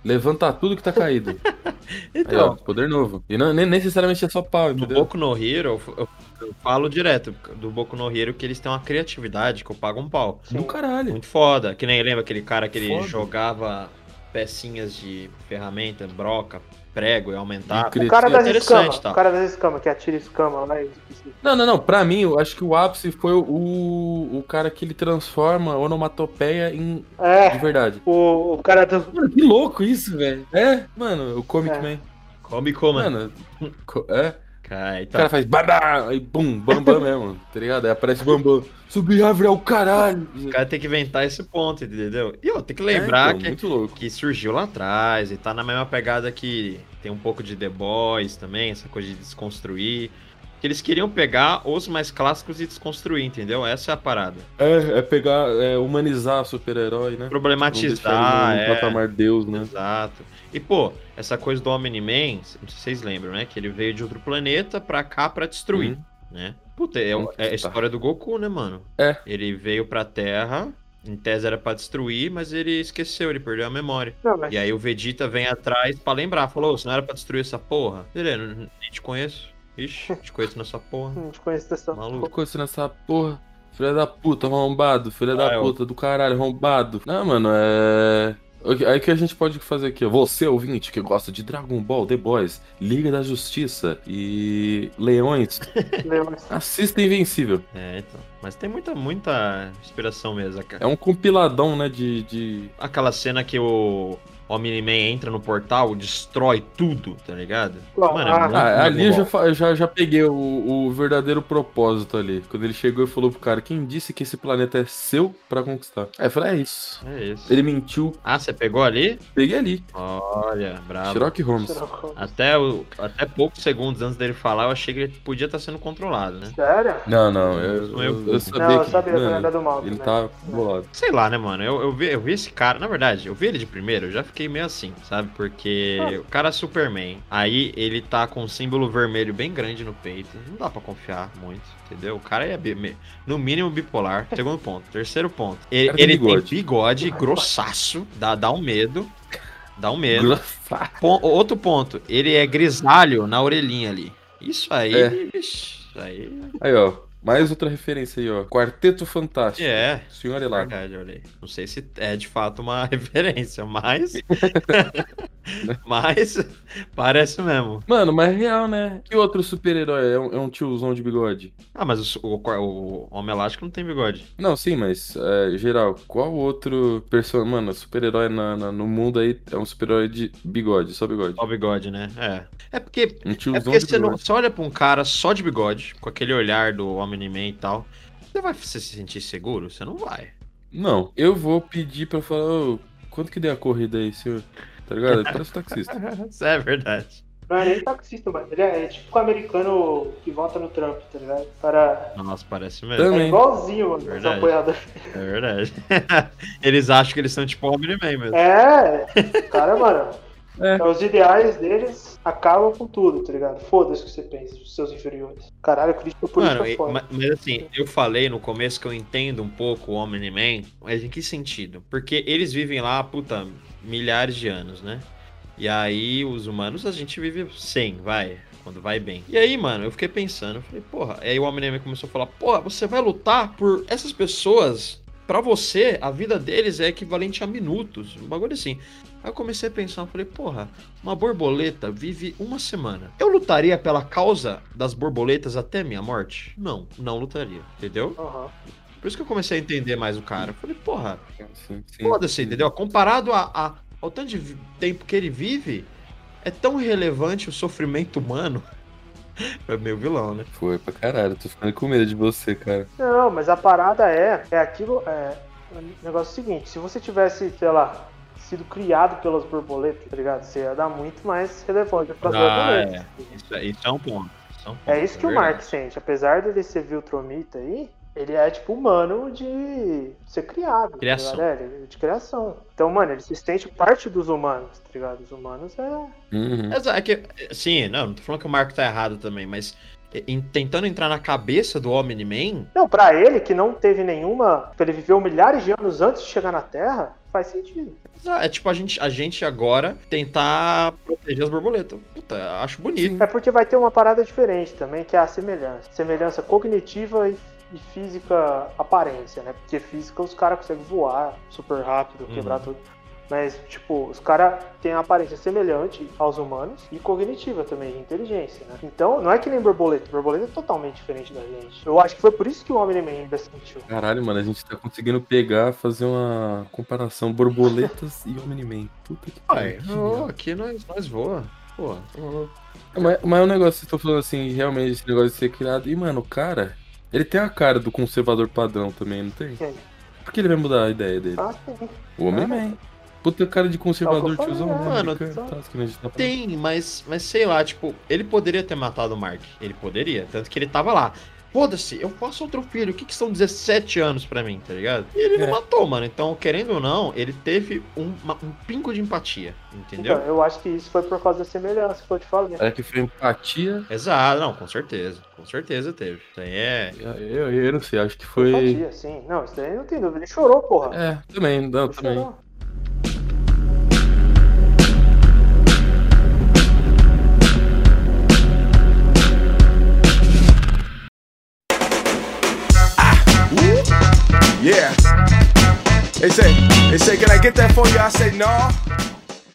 Speaker 2: Levanta tudo que tá caído. Aí, ó,
Speaker 1: Então,
Speaker 2: poder novo. E não, nem necessariamente é só pau,
Speaker 1: do
Speaker 2: entendeu?
Speaker 1: Boku no Hero, eu, eu- eu falo direto do Boku no Hero que eles têm uma criatividade que eu pago um pau.
Speaker 2: Do É caralho.
Speaker 1: Muito foda. Que nem lembra aquele cara que ele
Speaker 2: Foda.
Speaker 1: jogava pecinhas de ferramenta, broca, prego e aumentava.
Speaker 2: De
Speaker 3: O cara das
Speaker 1: Interessante,
Speaker 3: escamas,
Speaker 1: tá.
Speaker 3: o cara das escamas, que atira escama lá é e...
Speaker 2: Não, não, não. Pra mim, eu acho que o ápice foi o, o, o cara que ele transforma a onomatopeia em. De
Speaker 3: É,
Speaker 2: verdade.
Speaker 3: o, o cara do...
Speaker 2: Mano, que louco isso, velho. É, mano, o Comic
Speaker 3: É.
Speaker 2: Man.
Speaker 1: Come como? Mano.
Speaker 2: Mano, co- é.
Speaker 1: Cai,
Speaker 2: O cara
Speaker 1: tá.
Speaker 2: faz babá, aí bum, bambam mesmo, tá ligado? Aí aparece o bambam. Subir árvore é o caralho.
Speaker 1: O cara tem que inventar esse ponto, entendeu? E eu tenho que lembrar
Speaker 2: É, então,
Speaker 1: que
Speaker 2: Muito louco.
Speaker 1: que surgiu lá atrás e tá na mesma pegada que tem um pouco de The Boys também, essa coisa de desconstruir. Que eles queriam pegar os mais clássicos e desconstruir, entendeu? Essa é a parada.
Speaker 2: É, é pegar, é humanizar o super-herói, né? Não deixar
Speaker 1: Problematizar,
Speaker 2: ele num
Speaker 1: é,
Speaker 2: patamar deus, né?
Speaker 1: exato. E pô, essa coisa do Omni-Man, não sei se vocês lembram, né? Que ele veio de outro planeta pra cá pra destruir,
Speaker 2: Uhum.
Speaker 1: né? Puta, é, o- é a história do Goku, né, mano?
Speaker 2: É.
Speaker 1: Ele veio pra Terra, em tese era pra destruir, mas ele esqueceu, ele perdeu a memória.
Speaker 3: Não, mas
Speaker 1: E aí o Vegeta vem atrás pra lembrar, falou, "Ô, se não era pra destruir essa porra. Ele, "Não- nem te conheço. Ixi, te conheço nessa
Speaker 2: (laughs)
Speaker 1: porra.
Speaker 3: não hum, te conheço dessa... (laughs)
Speaker 1: Maluco.
Speaker 2: Colocou isso assim nessa porra. Filha da puta, arrombado. Filha
Speaker 1: Ah,
Speaker 2: da
Speaker 1: eu-
Speaker 2: puta, do caralho, arrombado. Não, mano, é. Ok, Aí que a gente pode fazer aqui, ó. Você, ouvinte, que gosta de Dragon Ball, The Boys, Liga da Justiça e Leões,
Speaker 3: Leões.
Speaker 2: assista Invencível.
Speaker 1: É, então. Mas tem muita, muita inspiração mesmo. Aca-
Speaker 2: É um compiladão, né, de- de
Speaker 1: Aquela cena que o Omni-Man entra no portal, destrói tudo, tá ligado?
Speaker 3: Bom, ah,
Speaker 2: Ah, ali eu
Speaker 1: bom.
Speaker 2: já, fa- já, já peguei o, o verdadeiro propósito ali. Quando ele chegou e falou pro cara, quem disse que esse planeta é seu pra conquistar? Aí eu falei, é isso.
Speaker 1: É isso.
Speaker 2: Ele mentiu,
Speaker 1: Ah, você pegou ali?
Speaker 2: peguei ali.
Speaker 1: Olha, bravo.
Speaker 2: Sherlock Holmes.
Speaker 1: Até, o, até poucos segundos antes dele falar, eu achei que ele podia estar sendo controlado, né?
Speaker 3: Sério?
Speaker 2: Não, não, eu,
Speaker 1: Não, eu-
Speaker 2: eu- eu sabia
Speaker 3: Não, eu
Speaker 2: que
Speaker 3: sabia,
Speaker 2: mano,
Speaker 3: eu era do mal.
Speaker 2: ele
Speaker 3: né?
Speaker 2: tá bolado.
Speaker 1: Sei lá, né, mano? Eu, eu, vi, eu vi esse cara. Na verdade, eu vi ele de primeiro, eu já fiquei meio assim, sabe? Porque o cara é Superman. Aí ele tá com um símbolo vermelho bem grande no peito. Não dá pra confiar muito, entendeu? O cara é, bi- me- no mínimo, bipolar. Segundo ponto. Terceiro ponto. Ele,
Speaker 2: cara tem
Speaker 1: ele
Speaker 2: bigode.
Speaker 1: tem bigode grossaço. Dá, dá um medo. Dá um medo.
Speaker 2: Grafá.
Speaker 1: Pon- outro ponto. Ele é grisalho na orelhinha ali. Isso aí.
Speaker 2: É.
Speaker 1: Vixi, isso aí.
Speaker 2: (laughs) Aí, ó. Mais outra referência aí, ó. Quarteto Fantástico.
Speaker 1: É.
Speaker 2: Senhor
Speaker 1: É
Speaker 2: Elago.
Speaker 1: verdade, olha aí. Não sei se é de fato uma (laughs) referência,
Speaker 2: (laughs)
Speaker 1: mas. mas parece mesmo.
Speaker 2: Mano, mas é real, né? Que outro super-herói é, um, é um tiozão de bigode?
Speaker 1: Ah, mas o, o- o Homem Elástico não tem bigode.
Speaker 2: Não, sim, mas é, geral, qual outro personagem, mano, super-herói na- na- no mundo aí é um super-herói de bigode, só bigode.
Speaker 1: Só bigode, né? É. É porque.
Speaker 2: Um
Speaker 1: É
Speaker 2: tiozão
Speaker 1: porque
Speaker 2: de
Speaker 1: você, não,
Speaker 2: bigode.
Speaker 1: você olha pra um cara só de bigode, com aquele olhar do Homem-Man e tal. Você vai se sentir seguro? Você não vai.
Speaker 2: Não... eu vou pedir pra falar, ô, quanto que deu a corrida aí, senhor? Tá ligado? Parece um
Speaker 1: (laughs)
Speaker 2: taxista.
Speaker 1: Isso é verdade.
Speaker 3: Não é nem taxista, mano. Ele é, é tipo o americano que vota no Trump, tá ligado? O cara
Speaker 1: Nossa, parece mesmo.
Speaker 3: é
Speaker 2: Também.
Speaker 3: igualzinho, mano, os
Speaker 1: Verdade.
Speaker 3: apoiadores.
Speaker 1: É verdade. (laughs) eles acham que eles são tipo Homem-Man mesmo.
Speaker 3: É, o cara, mano.
Speaker 2: É.
Speaker 3: É. Os ideais deles acabam com tudo, tá ligado? Foda-se o que você pensa, os seus inferiores. Caralho, o crítico político
Speaker 1: Mano,
Speaker 3: é
Speaker 1: e-
Speaker 3: foda.
Speaker 1: ma- mas assim, eu falei no começo que eu entendo um pouco o Omni-Man, mas em que sentido? Porque eles vivem lá, puta, milhares de anos, né? E aí, os humanos, a gente vive 100, vai, quando vai bem. E aí, mano, eu fiquei pensando, eu falei, porra, aí o Omni-Man começou a falar, porra, você vai lutar por essas pessoas, pra você, a vida deles é equivalente a minutos, um bagulho assim. Aí eu comecei a pensar, eu falei, porra, uma borboleta vive uma semana. Eu lutaria pela causa das borboletas até minha morte? Não, não lutaria, entendeu?
Speaker 3: Aham.
Speaker 1: Por isso que eu comecei a entender mais o cara. Eu falei, porra,
Speaker 2: Sim, sim.
Speaker 1: foda-se, entendeu? Comparado a, a- ao tanto de vi- tempo que ele vive, é tão relevante o sofrimento humano. (laughs) É meio vilão, né?
Speaker 2: Foi pra caralho, tô ficando com medo de você, cara.
Speaker 3: Não, mas a parada é, é aquilo, é, o negócio é o seguinte, se você tivesse, sei lá, sido criado pelas borboletas, tá ligado? Você ia dar muito mais relevante pras
Speaker 1: Ah,
Speaker 3: borboletas.
Speaker 1: Isso, é- isso é um ponto. é um ponto,
Speaker 3: É isso que o
Speaker 1: verdade.
Speaker 3: Mark sente, apesar dele ser Viltromita aí, ele é tipo humano de ser criado, tá
Speaker 1: Criação.
Speaker 3: ligado? É, ele- de criação. Então, mano, ele se sente parte dos humanos, tá ligado? Os humanos é.
Speaker 2: Uhum.
Speaker 1: Exa- É que, é, sim, não, não tô falando que o Marco tá errado também, mas é, em- tentando entrar na cabeça do Omni-Man,
Speaker 3: tipo, Não, pra ele que não teve nenhuma. que Ele viveu milhares de anos antes de chegar na Terra, faz sentido.
Speaker 1: É tipo a gente, a gente agora tentar proteger as borboletas. Puta, acho bonito.
Speaker 3: É porque vai ter uma parada diferente também, que é a semelhança. Semelhança cognitiva e, e física aparência, né? Porque física os caras conseguem voar super rápido, quebrar
Speaker 2: Uhum.
Speaker 3: tudo. Mas, tipo, os caras têm a aparência semelhante aos humanos e cognitiva também, de inteligência, né? Então, não é que nem borboleta. Borboleta é totalmente diferente da gente. Eu acho que foi por isso que o Homem-Man ainda sentiu.
Speaker 2: Caralho, mano, a gente tá conseguindo pegar, fazer uma comparação borboletas e Omni-Man. Puta que
Speaker 1: Ai,
Speaker 2: pariu.
Speaker 1: não, aqui nós, nós voa. Pô, tá maluco.
Speaker 2: Mas, mas é um negócio, vocês estão falando assim, realmente, esse negócio de ser criado. E, mano, o cara, ele tem a cara do conservador padrão também, não tem?
Speaker 3: Tem.
Speaker 2: Por que ele vai mudar a ideia dele?
Speaker 3: Ah, sim.
Speaker 2: O Homem-Man. Puta cara de
Speaker 3: É
Speaker 2: conservador,
Speaker 3: o que eu
Speaker 2: tiozão,
Speaker 3: falei,
Speaker 2: né?
Speaker 1: mano,
Speaker 2: Americano,
Speaker 3: só-
Speaker 2: tá, que nem a gente tá falando.
Speaker 1: Tem, mas, mas sei lá, tipo, ele poderia ter matado o Mark. Ele poderia, tanto que ele tava lá. Foda-se, eu faço outro filho. O que, que são 17 anos pra mim, tá ligado? E ele
Speaker 2: É.
Speaker 1: não matou, mano. Então, querendo ou não, ele teve um, uma- um pingo de empatia, entendeu?
Speaker 3: Então, eu acho que isso foi por causa da semelhança que eu te falei.
Speaker 2: É que foi empatia.
Speaker 1: Exato, não, com certeza. Com certeza teve. Isso aí é.
Speaker 2: Eu, eu não sei, acho que foi.
Speaker 3: Empatia, sim. Não, isso daí não tem dúvida. Ele chorou, porra.
Speaker 2: É, também, não,
Speaker 3: Ele
Speaker 2: também.
Speaker 3: chorou.
Speaker 4: Yeah. They say, they say, can I get that for you? I say, no.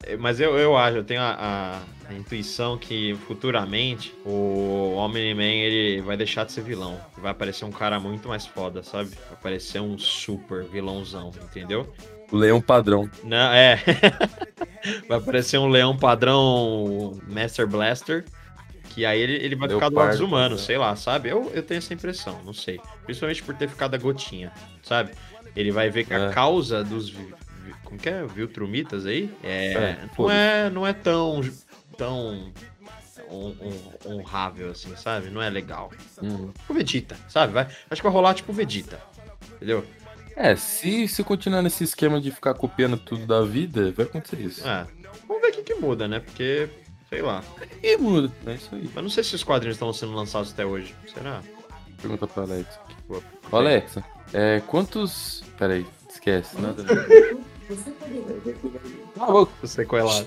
Speaker 1: É, Mas eu, eu acho, eu tenho a, a- a intuição que futuramente o Homem-Man ele vai deixar de ser vilão. Vai aparecer um cara muito mais foda, sabe? Vai aparecer um super vilãozão, entendeu?
Speaker 2: O leão padrão.
Speaker 1: Não, é. (laughs) vai aparecer um leão padrão Master Blaster. Que aí ele, ele vai ficar do lado dos
Speaker 2: Leopardo,
Speaker 1: humanos,
Speaker 2: né?
Speaker 1: sei lá, sabe? Eu, eu tenho essa impressão, não sei. Principalmente por ter ficado a gotinha, sabe? Ele vai ver que a
Speaker 2: É.
Speaker 1: causa dos. vi- vi- Como que é? Viltrumitas aí? É,
Speaker 2: É,
Speaker 1: não,
Speaker 2: foda-se.
Speaker 1: é, não é tão. tão. hon- hon- honrável assim, sabe? Não é legal.
Speaker 2: Uhum.
Speaker 1: Tipo Vegeta, sabe? Vai, acho que vai rolar tipo Vegeta. Entendeu?
Speaker 2: É, se, se continuar nesse esquema de ficar copiando tudo da vida, vai acontecer isso.
Speaker 1: É. Vamos ver o que, que muda, né? Porque. sei lá.
Speaker 2: E muda. É isso aí.
Speaker 1: Mas não sei se os quadrinhos estão sendo lançados até hoje. Será?
Speaker 2: Pergunta pra Alexa.
Speaker 1: Boa.
Speaker 2: Ô, Alexa, é, quantos. Peraí, esquece. né? Nada.
Speaker 5: Você poderia
Speaker 1: é Você coelado.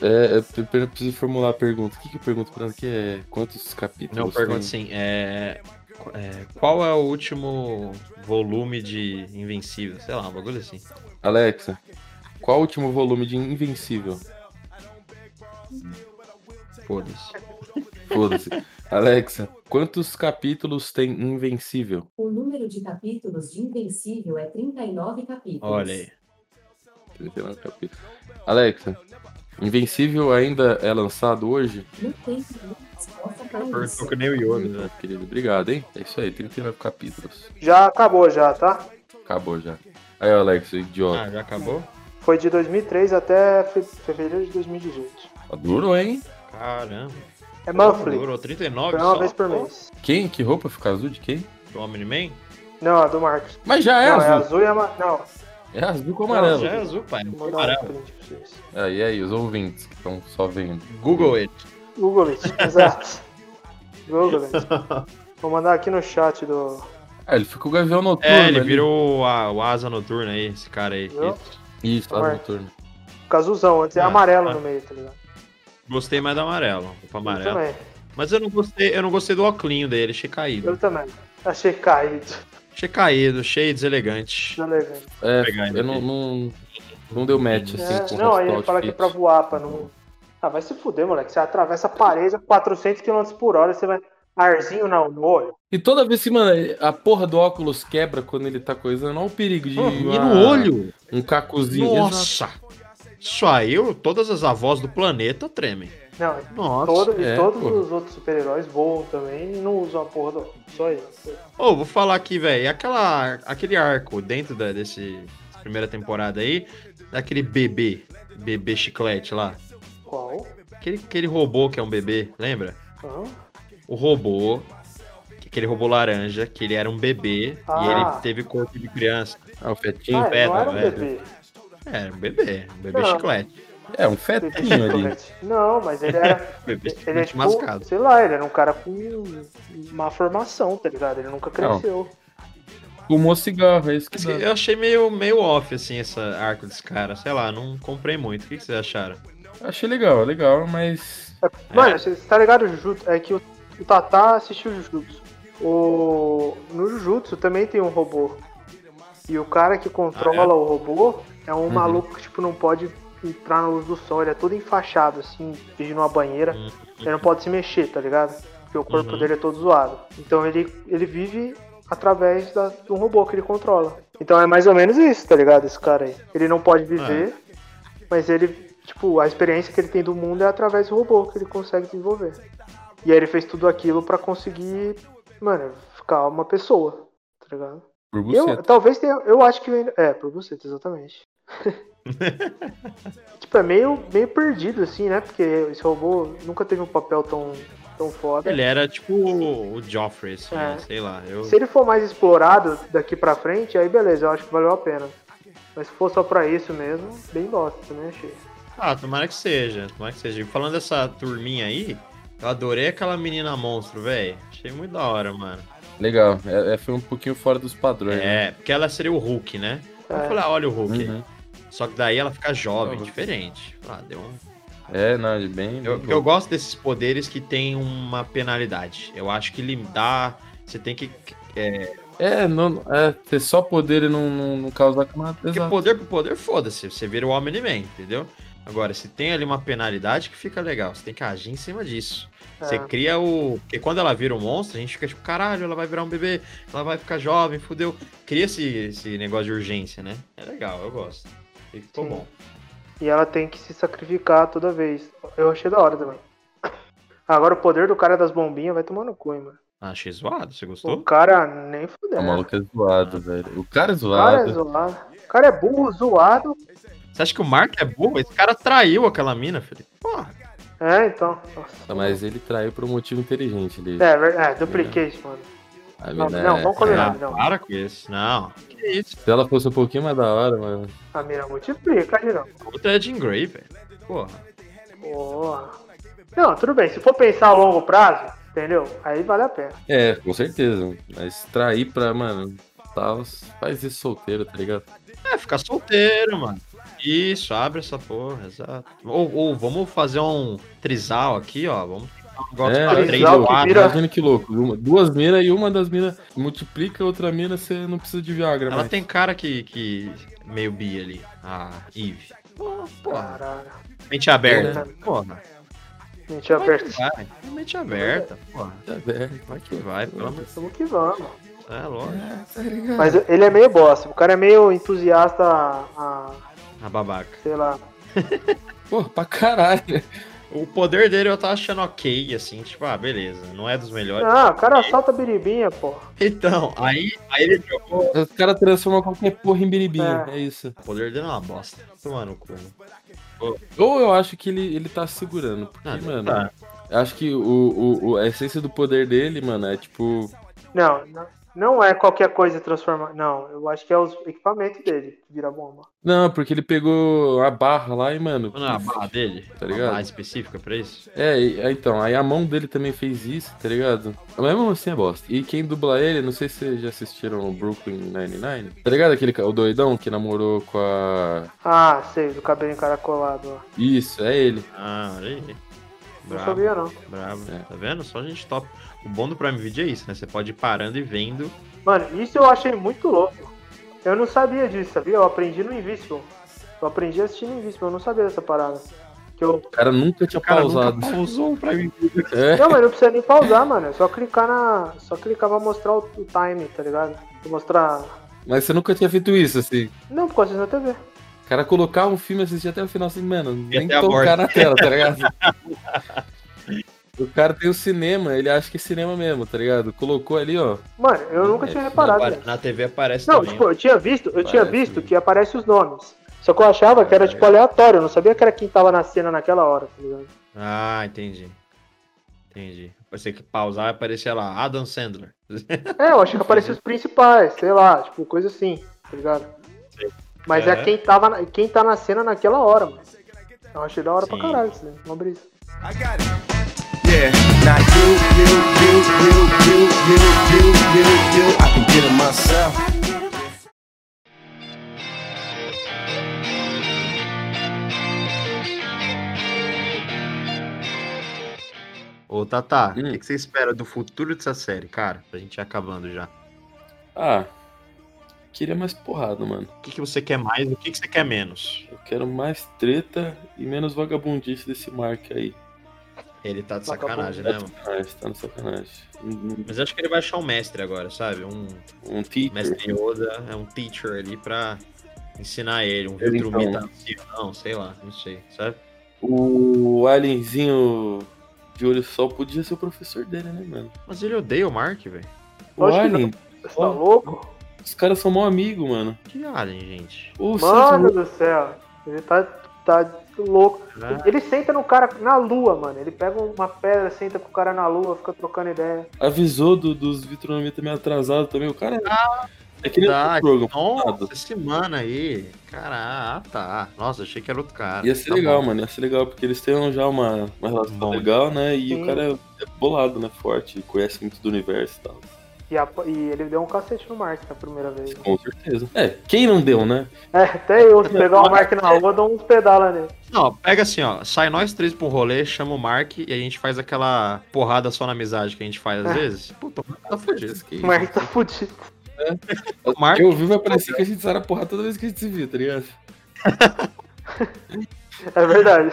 Speaker 2: É, eu pre- pre- preciso formular a pergunta. O que, que eu pergunto pra ela aqui é quantos capítulos?
Speaker 1: Não, pergunta
Speaker 2: tem?
Speaker 1: assim. É... qu- é, Qual é o último volume de Invencível? Sei lá, um bagulho assim.
Speaker 2: Alexa, qual o último volume de Invencível?
Speaker 1: Foda-se.
Speaker 2: Foda-se.
Speaker 1: (laughs)
Speaker 2: Alexa, quantos capítulos tem Invencível?
Speaker 5: O número de capítulos de Invencível é 39 capítulos.
Speaker 1: Olha aí.
Speaker 2: 39 capítulos. Alexa, Invencível ainda é lançado hoje?
Speaker 5: Não tem resposta para isso.
Speaker 1: Perguntou que nem o Yoda, né?
Speaker 2: Então, querido, obrigado, hein? É isso aí, 39 capítulos.
Speaker 3: Já acabou, já, tá?
Speaker 2: Acabou já. Aí, Alexa, idiota.
Speaker 1: Ah, já acabou?
Speaker 3: Foi de 2003 até fe- fevereiro de 2018.
Speaker 1: Ah.
Speaker 2: Durou, hein?
Speaker 1: Caramba.
Speaker 3: É monthly.
Speaker 1: Durou 39
Speaker 3: Foi uma
Speaker 1: só.
Speaker 3: vez por mês.
Speaker 2: Quem? Que roupa fica azul de quem?
Speaker 1: Do Omni-Man?
Speaker 3: Não, a do Marcos.
Speaker 2: Mas já é
Speaker 3: não, é
Speaker 2: azul.
Speaker 3: azul e amarelo. Não,
Speaker 2: É azul com
Speaker 1: Não,
Speaker 2: amarelo.
Speaker 1: já é azul, pai.
Speaker 3: vou mandar um
Speaker 1: Amarelo.
Speaker 3: print pra vocês.
Speaker 2: Ah, e aí, os ouvintes que estão só vendo.
Speaker 1: Google it.
Speaker 3: Google it,
Speaker 1: (laughs)
Speaker 3: exato. Google it. Vou mandar aqui no chat do.
Speaker 2: Ah, ele ficou gavião noturno.
Speaker 1: É, ele
Speaker 2: ali.
Speaker 1: virou a, o asa noturna aí, esse cara aí.
Speaker 3: Viu?
Speaker 1: Isso.
Speaker 2: Isso, asa noturno.
Speaker 3: Casuzão, antes é
Speaker 1: Ah,
Speaker 3: amarelo
Speaker 1: ah.
Speaker 3: no meio, tá ligado?
Speaker 1: Gostei mais do amarelo. Vou pro
Speaker 3: Eu
Speaker 1: amarelo.
Speaker 3: também.
Speaker 1: Mas eu não gostei, eu não gostei do óculinho dele, achei caído.
Speaker 3: Eu também. Achei caído.
Speaker 1: Achei caído, achei deselegante.
Speaker 3: Não levei.
Speaker 2: É,
Speaker 1: pegar ele
Speaker 2: eu não,
Speaker 1: aqui.
Speaker 2: não, não deu match assim
Speaker 3: É,
Speaker 2: com o
Speaker 3: não, aí
Speaker 2: resto do
Speaker 3: ele fala que é
Speaker 2: outfit.
Speaker 3: pra voar, pra não. Ah, vai se fuder, moleque. Você atravessa a parede a 400 km por hora, você vai. Arzinho não, no olho.
Speaker 2: E toda vez que, mano, a porra do óculos quebra quando ele tá coisando, olha o perigo de.
Speaker 1: e
Speaker 2: uma-
Speaker 1: no olho?
Speaker 2: Um cacuzinho.
Speaker 1: Nossa! Isso aí, eu- todas as avós do planeta tremem.
Speaker 3: Não,
Speaker 1: Nossa.
Speaker 3: todo, e
Speaker 2: é,
Speaker 3: todos
Speaker 2: porra.
Speaker 3: os outros super-heróis voam também e não usam a porra do. Só isso.
Speaker 1: Ô, vou falar aqui, velho. Aquela, aquele arco dentro da, desse dessa primeira temporada aí, daquele bebê, bebê chiclete lá.
Speaker 3: Qual?
Speaker 1: Aquele, aquele robô que é um bebê, lembra?
Speaker 3: Hã?
Speaker 1: O robô, aquele robô laranja, que ele era um bebê e
Speaker 3: Ah.
Speaker 1: ele teve corpo de criança.
Speaker 2: Ah, o
Speaker 3: Ah,
Speaker 2: fetinho.
Speaker 3: ele não
Speaker 1: pedra,
Speaker 3: era um
Speaker 1: velho.
Speaker 3: bebê.
Speaker 1: É, era um bebê, um bebê
Speaker 3: Não.
Speaker 1: chiclete.
Speaker 2: É, um
Speaker 3: Bebê
Speaker 2: fetinho ali.
Speaker 3: chiclete. Não, mas ele era.
Speaker 1: (laughs) um Bebê
Speaker 3: Ele é
Speaker 1: chiclete
Speaker 3: tipo,
Speaker 1: mascado.
Speaker 3: sei lá, ele era um cara com má formação, tá ligado? Ele nunca cresceu.
Speaker 2: Fumou cigarro, é isso que
Speaker 1: Mas
Speaker 2: dá.
Speaker 1: Eu achei meio, meio off, assim, essa arco desse cara. Sei lá, não comprei muito. O que que vocês acharam?
Speaker 3: é-
Speaker 2: Achei legal, é legal, mas.
Speaker 1: É.
Speaker 3: Mano, você tá ligado, Jujutsu? É que o, o Tatá assistiu Jujutsu. O, no Jujutsu também tem um robô. E o cara que controla
Speaker 1: Ah, é? Uhum.
Speaker 3: o robô é um maluco que, tipo, não pode entrar na luz do sol. Ele é todo enfaixado, assim, fingindo uma banheira. Ele não pode se mexer, tá ligado? Porque o corpo
Speaker 1: Uhum.
Speaker 3: dele é todo zoado. Então ele, ele vive através da, de um robô que ele controla. Então é mais ou menos isso, tá ligado? Esse cara aí. Ele não pode viver,
Speaker 1: É.
Speaker 3: mas ele, tipo, a experiência que ele tem do mundo é através do robô que ele consegue desenvolver. E aí ele fez tudo aquilo pra conseguir, mano, ficar uma pessoa, tá ligado?
Speaker 2: Por
Speaker 3: Eu,
Speaker 2: buceta.
Speaker 3: talvez tenha. Eu acho que. ainda- É, por
Speaker 2: (laughs)
Speaker 3: buceta, exatamente. tipo, é meio, meio perdido, assim, né? Porque esse robô nunca teve um papel tão, tão foda.
Speaker 1: Ele era tipo o o Joffrey, assim,
Speaker 3: É.
Speaker 1: sei lá. Eu...
Speaker 3: Se ele for mais explorado daqui pra frente, aí beleza, eu acho que valeu a pena. Mas se for só pra isso mesmo, bem bosta né, também, achei.
Speaker 1: Ah, tomara que seja, tomara que seja. E falando dessa turminha aí, eu adorei aquela menina monstro, velho. Achei muito da hora, mano.
Speaker 2: Legal. É, é, foi um pouquinho fora dos padrões. né?
Speaker 1: É, porque ela seria o Hulk, né? Eu
Speaker 3: É.
Speaker 1: falei, ah, olha o Hulk.
Speaker 2: Uhum.
Speaker 1: Só que daí ela fica jovem,
Speaker 2: Uhum.
Speaker 1: diferente. Ah, deu um...
Speaker 2: É, não, de bem.
Speaker 1: eu, eu gosto desses poderes que tem uma penalidade. Eu acho que ele dá. Você tem que.
Speaker 2: É, não, é, ter só poder e não, não, não causar com nada.
Speaker 1: Porque
Speaker 2: Exato.
Speaker 1: poder por poder, foda-se. Você vira o Omni-Man, entendeu? Agora, se tem ali uma penalidade que fica legal, você tem que agir em cima disso. Você
Speaker 3: É.
Speaker 1: cria o. Porque quando ela vira um monstro, a gente fica tipo, caralho, ela vai virar um bebê, ela vai ficar jovem, fudeu. Cria esse, esse negócio de urgência, né? É legal, eu gosto. E ficou
Speaker 3: Sim.
Speaker 1: bom.
Speaker 3: E ela tem que se sacrificar toda vez. Eu achei da hora também. Agora o poder do cara das bombinhas vai tomar no cu, hein, mano.
Speaker 1: Ah, achei zoado, você
Speaker 3: O
Speaker 1: gostou?
Speaker 3: cara nem fudeu.
Speaker 2: O maluco é zoado, velho. O cara é
Speaker 3: O cara
Speaker 2: zoado.
Speaker 3: é zoado. O cara é burro, zoado.
Speaker 1: Você acha que o Mark é burro? Esse cara traiu aquela mina, filho. Porra.
Speaker 3: É, então.
Speaker 2: Tá, Mas ele traiu por um motivo inteligente ali.
Speaker 3: É, ver- é duplicate, mano.
Speaker 2: A
Speaker 3: Não,
Speaker 2: mina
Speaker 3: não, vamos
Speaker 2: é-
Speaker 3: combinar.
Speaker 1: Ah,
Speaker 3: não.
Speaker 1: para com isso. Não. Que isso?
Speaker 2: Se ela fosse um pouquinho mais da hora, mano.
Speaker 3: A mira multiplica, geral.
Speaker 1: Outra é Jean Grey, velho. Porra.
Speaker 3: Porra. Não, tudo bem. Se for pensar a longo prazo, entendeu? Aí vale a pena.
Speaker 2: É, com certeza. Mas trair pra, mano, tal, faz isso solteiro, tá ligado?
Speaker 1: É, ficar solteiro, mano. Isso, abre essa porra, exato. Ou, ou vamos fazer um trisal aqui, ó. Vamos tentar um negócio
Speaker 2: é,
Speaker 1: pra
Speaker 2: olha
Speaker 1: três,
Speaker 2: que louco,
Speaker 1: quatro.
Speaker 3: vira-
Speaker 2: imagina que louco. Uma- duas minas e uma das minas multiplica, a outra mina você não precisa de Viagra,
Speaker 1: Ela
Speaker 2: mais.
Speaker 1: tem cara que, que meio bi ali, a Eve. Pô, Porra,
Speaker 3: Caralho.
Speaker 1: mente aberta.
Speaker 2: é
Speaker 1: Porra,
Speaker 3: Gente,
Speaker 1: vai
Speaker 3: aperta.
Speaker 1: que vai. Mente aberta, porra.
Speaker 2: Tá aberto.
Speaker 1: Vai que vai, pelo amor de
Speaker 3: Vamos que vamos.
Speaker 1: Deus. É, lógico.
Speaker 3: Mas ele é meio bosta. O cara é meio entusiasta, a,
Speaker 1: A babaca.
Speaker 3: sei lá.
Speaker 2: Porra, pra caralho.
Speaker 1: O poder dele eu tava achando ok, assim, tipo, ah, beleza, não é dos melhores.
Speaker 3: Ah, o cara assalta biribinha, pô.
Speaker 1: Então, aí, aí ele jogou.
Speaker 2: Os caras transformam qualquer porra em biribinha, é, isso.
Speaker 1: O poder dele é uma bosta. Tomar no cu.
Speaker 2: Ou eu acho que ele, ele tá segurando, porque,
Speaker 1: Ah,
Speaker 2: mano,
Speaker 1: tá.
Speaker 2: eu acho que o, o, o- a essência do poder dele, mano, é tipo...
Speaker 3: Não, não, não é qualquer coisa transformar. Não, eu acho que é os equipamentos dele que vira bomba.
Speaker 2: Não, porque ele pegou a barra lá e, mano...
Speaker 1: Mano, a barra dele,
Speaker 2: Tá ligado?
Speaker 1: a barra específica pra isso.
Speaker 2: É, e- é, então, aí a mão dele também fez isso, tá ligado? Mas mesmo assim é bosta. E quem dubla ele, não sei se vocês já assistiram o Brooklyn Nine-Nine, tá ligado aquele ca- o doidão que namorou com a...
Speaker 3: Ah, sei, do cabelo encaracolado. ó.
Speaker 2: Isso, é ele.
Speaker 1: Ah, olha aí.
Speaker 3: Não
Speaker 1: Bravo,
Speaker 3: sabia, não.
Speaker 1: bravo.
Speaker 2: É.
Speaker 1: Tá vendo? Só gente top. O bom do Prime Video é isso, né? Você pode ir parando e vendo.
Speaker 3: Mano, isso eu achei muito louco. Eu não sabia disso, sabia? Eu aprendi no Invisible. Eu aprendi assistindo Invisible, eu não sabia dessa parada. Que eu...
Speaker 2: O cara nunca tinha
Speaker 1: O cara
Speaker 2: pausado.
Speaker 1: nunca pausou o Prime Video.
Speaker 2: É.
Speaker 3: Não, mas não precisa nem pausar, mano. É só clicar na. Só clicar pra mostrar o o time, tá ligado? Pra mostrar.
Speaker 2: Mas você nunca tinha feito isso, assim.
Speaker 3: Não, porque eu assisto na TV.
Speaker 2: O cara colocava um filme e assistia até o final assim, mano, nem
Speaker 1: até a morte.
Speaker 2: tocar na tela,
Speaker 1: (laughs)
Speaker 2: tá ligado? o cara tem o cinema, ele acha que é cinema mesmo, tá ligado? Colocou ali, ó.
Speaker 3: Mano, eu nunca
Speaker 2: É,
Speaker 3: tinha
Speaker 2: não
Speaker 3: reparado.
Speaker 1: Apare-
Speaker 3: velho.
Speaker 1: Na TV aparece
Speaker 3: Não,
Speaker 1: também.
Speaker 3: tipo, eu tinha visto, eu tinha
Speaker 2: Parece,
Speaker 3: visto
Speaker 2: né?
Speaker 3: que aparece os nomes. Só que eu achava que era tipo aleatório, eu não sabia que era quem tava na cena naquela hora, tá ligado?
Speaker 1: Ah, entendi. Entendi. Você que pausar e aparecia lá, Adam Sandler. (laughs)
Speaker 3: É, eu achei que aparecia os principais, sei lá, tipo, coisa assim, tá ligado? Mas é,
Speaker 1: É.
Speaker 3: quem, tava na- quem tá na cena naquela hora, mano. Eu achei da hora pra
Speaker 1: Sim.
Speaker 3: caralho isso, né? Uma brisa.
Speaker 4: I got it. Yeah, now you, you, you, you, you, you, you, you, I can get it myself.
Speaker 1: Tatá, o
Speaker 2: Hum.
Speaker 1: que, que você espera do futuro dessa série, cara? Pra gente ir acabando já.
Speaker 2: Ah, queria mais porrada, mano.
Speaker 1: O que, que você quer mais e o que, que você quer menos?
Speaker 2: Eu quero mais treta e menos vagabundice desse Mark aí.
Speaker 1: Ele tá de
Speaker 3: Acabou.
Speaker 1: sacanagem, né, mano?
Speaker 2: Ah, você tá no sacanagem. Um,
Speaker 1: Mas acho que ele vai achar um mestre agora, sabe? Um
Speaker 2: um teacher.
Speaker 1: mestre Yoda, é um teacher ali pra ensinar ele, um
Speaker 2: Ele
Speaker 1: Viltrumita
Speaker 2: então.
Speaker 1: ancião, sei lá, não sei, sabe?
Speaker 2: O alienzinho de olho só podia ser o professor dele, né, mano?
Speaker 1: Mas ele odeia o Mark, velho.
Speaker 2: O
Speaker 3: Lógico que
Speaker 2: alien,
Speaker 3: Você tá louco?
Speaker 2: os caras são mó amigo, mano.
Speaker 1: Que alien, gente.
Speaker 2: O
Speaker 3: Mano
Speaker 2: Santos-
Speaker 3: do céu. Ele tá, tá louco.
Speaker 1: Ah.
Speaker 3: Ele senta no cara na lua, mano. Ele pega uma pedra, senta com o cara na lua, fica trocando ideia.
Speaker 2: avisou do, dos vitronomitas meio atrasado também. O cara é. é que nem
Speaker 1: Tá,
Speaker 2: o Drogon.
Speaker 1: nossa, esse mano aí. Cara, ah, tá. Nossa, achei que era outro cara.
Speaker 2: Ia ser
Speaker 1: Tá
Speaker 2: legal,
Speaker 1: bom.
Speaker 2: mano. Ia ser legal, porque eles têm já uma, uma relação
Speaker 1: Bom.
Speaker 2: legal, né? E
Speaker 3: Sim.
Speaker 2: o cara é bolado, né? Forte, conhece muito do universo e tal.
Speaker 3: E, a- e ele deu um cacete no Mark na primeira vez.
Speaker 2: Com certeza. É, quem não deu, né?
Speaker 3: É, até eu, se pegar o Mark na rua, dou uns pedala nele.
Speaker 1: Não, pega assim, ó. Sai nós três pra um rolê, chama o Mark e a gente faz aquela porrada só na amizade que a gente faz às vezes. Puta, o Mark tá fudido. Que
Speaker 3: O Mark tá fudido.
Speaker 1: É O Mark,
Speaker 2: Eu vi, vai parecer que a gente sara porrada toda vez que a gente se via, tá ligado?
Speaker 3: É verdade.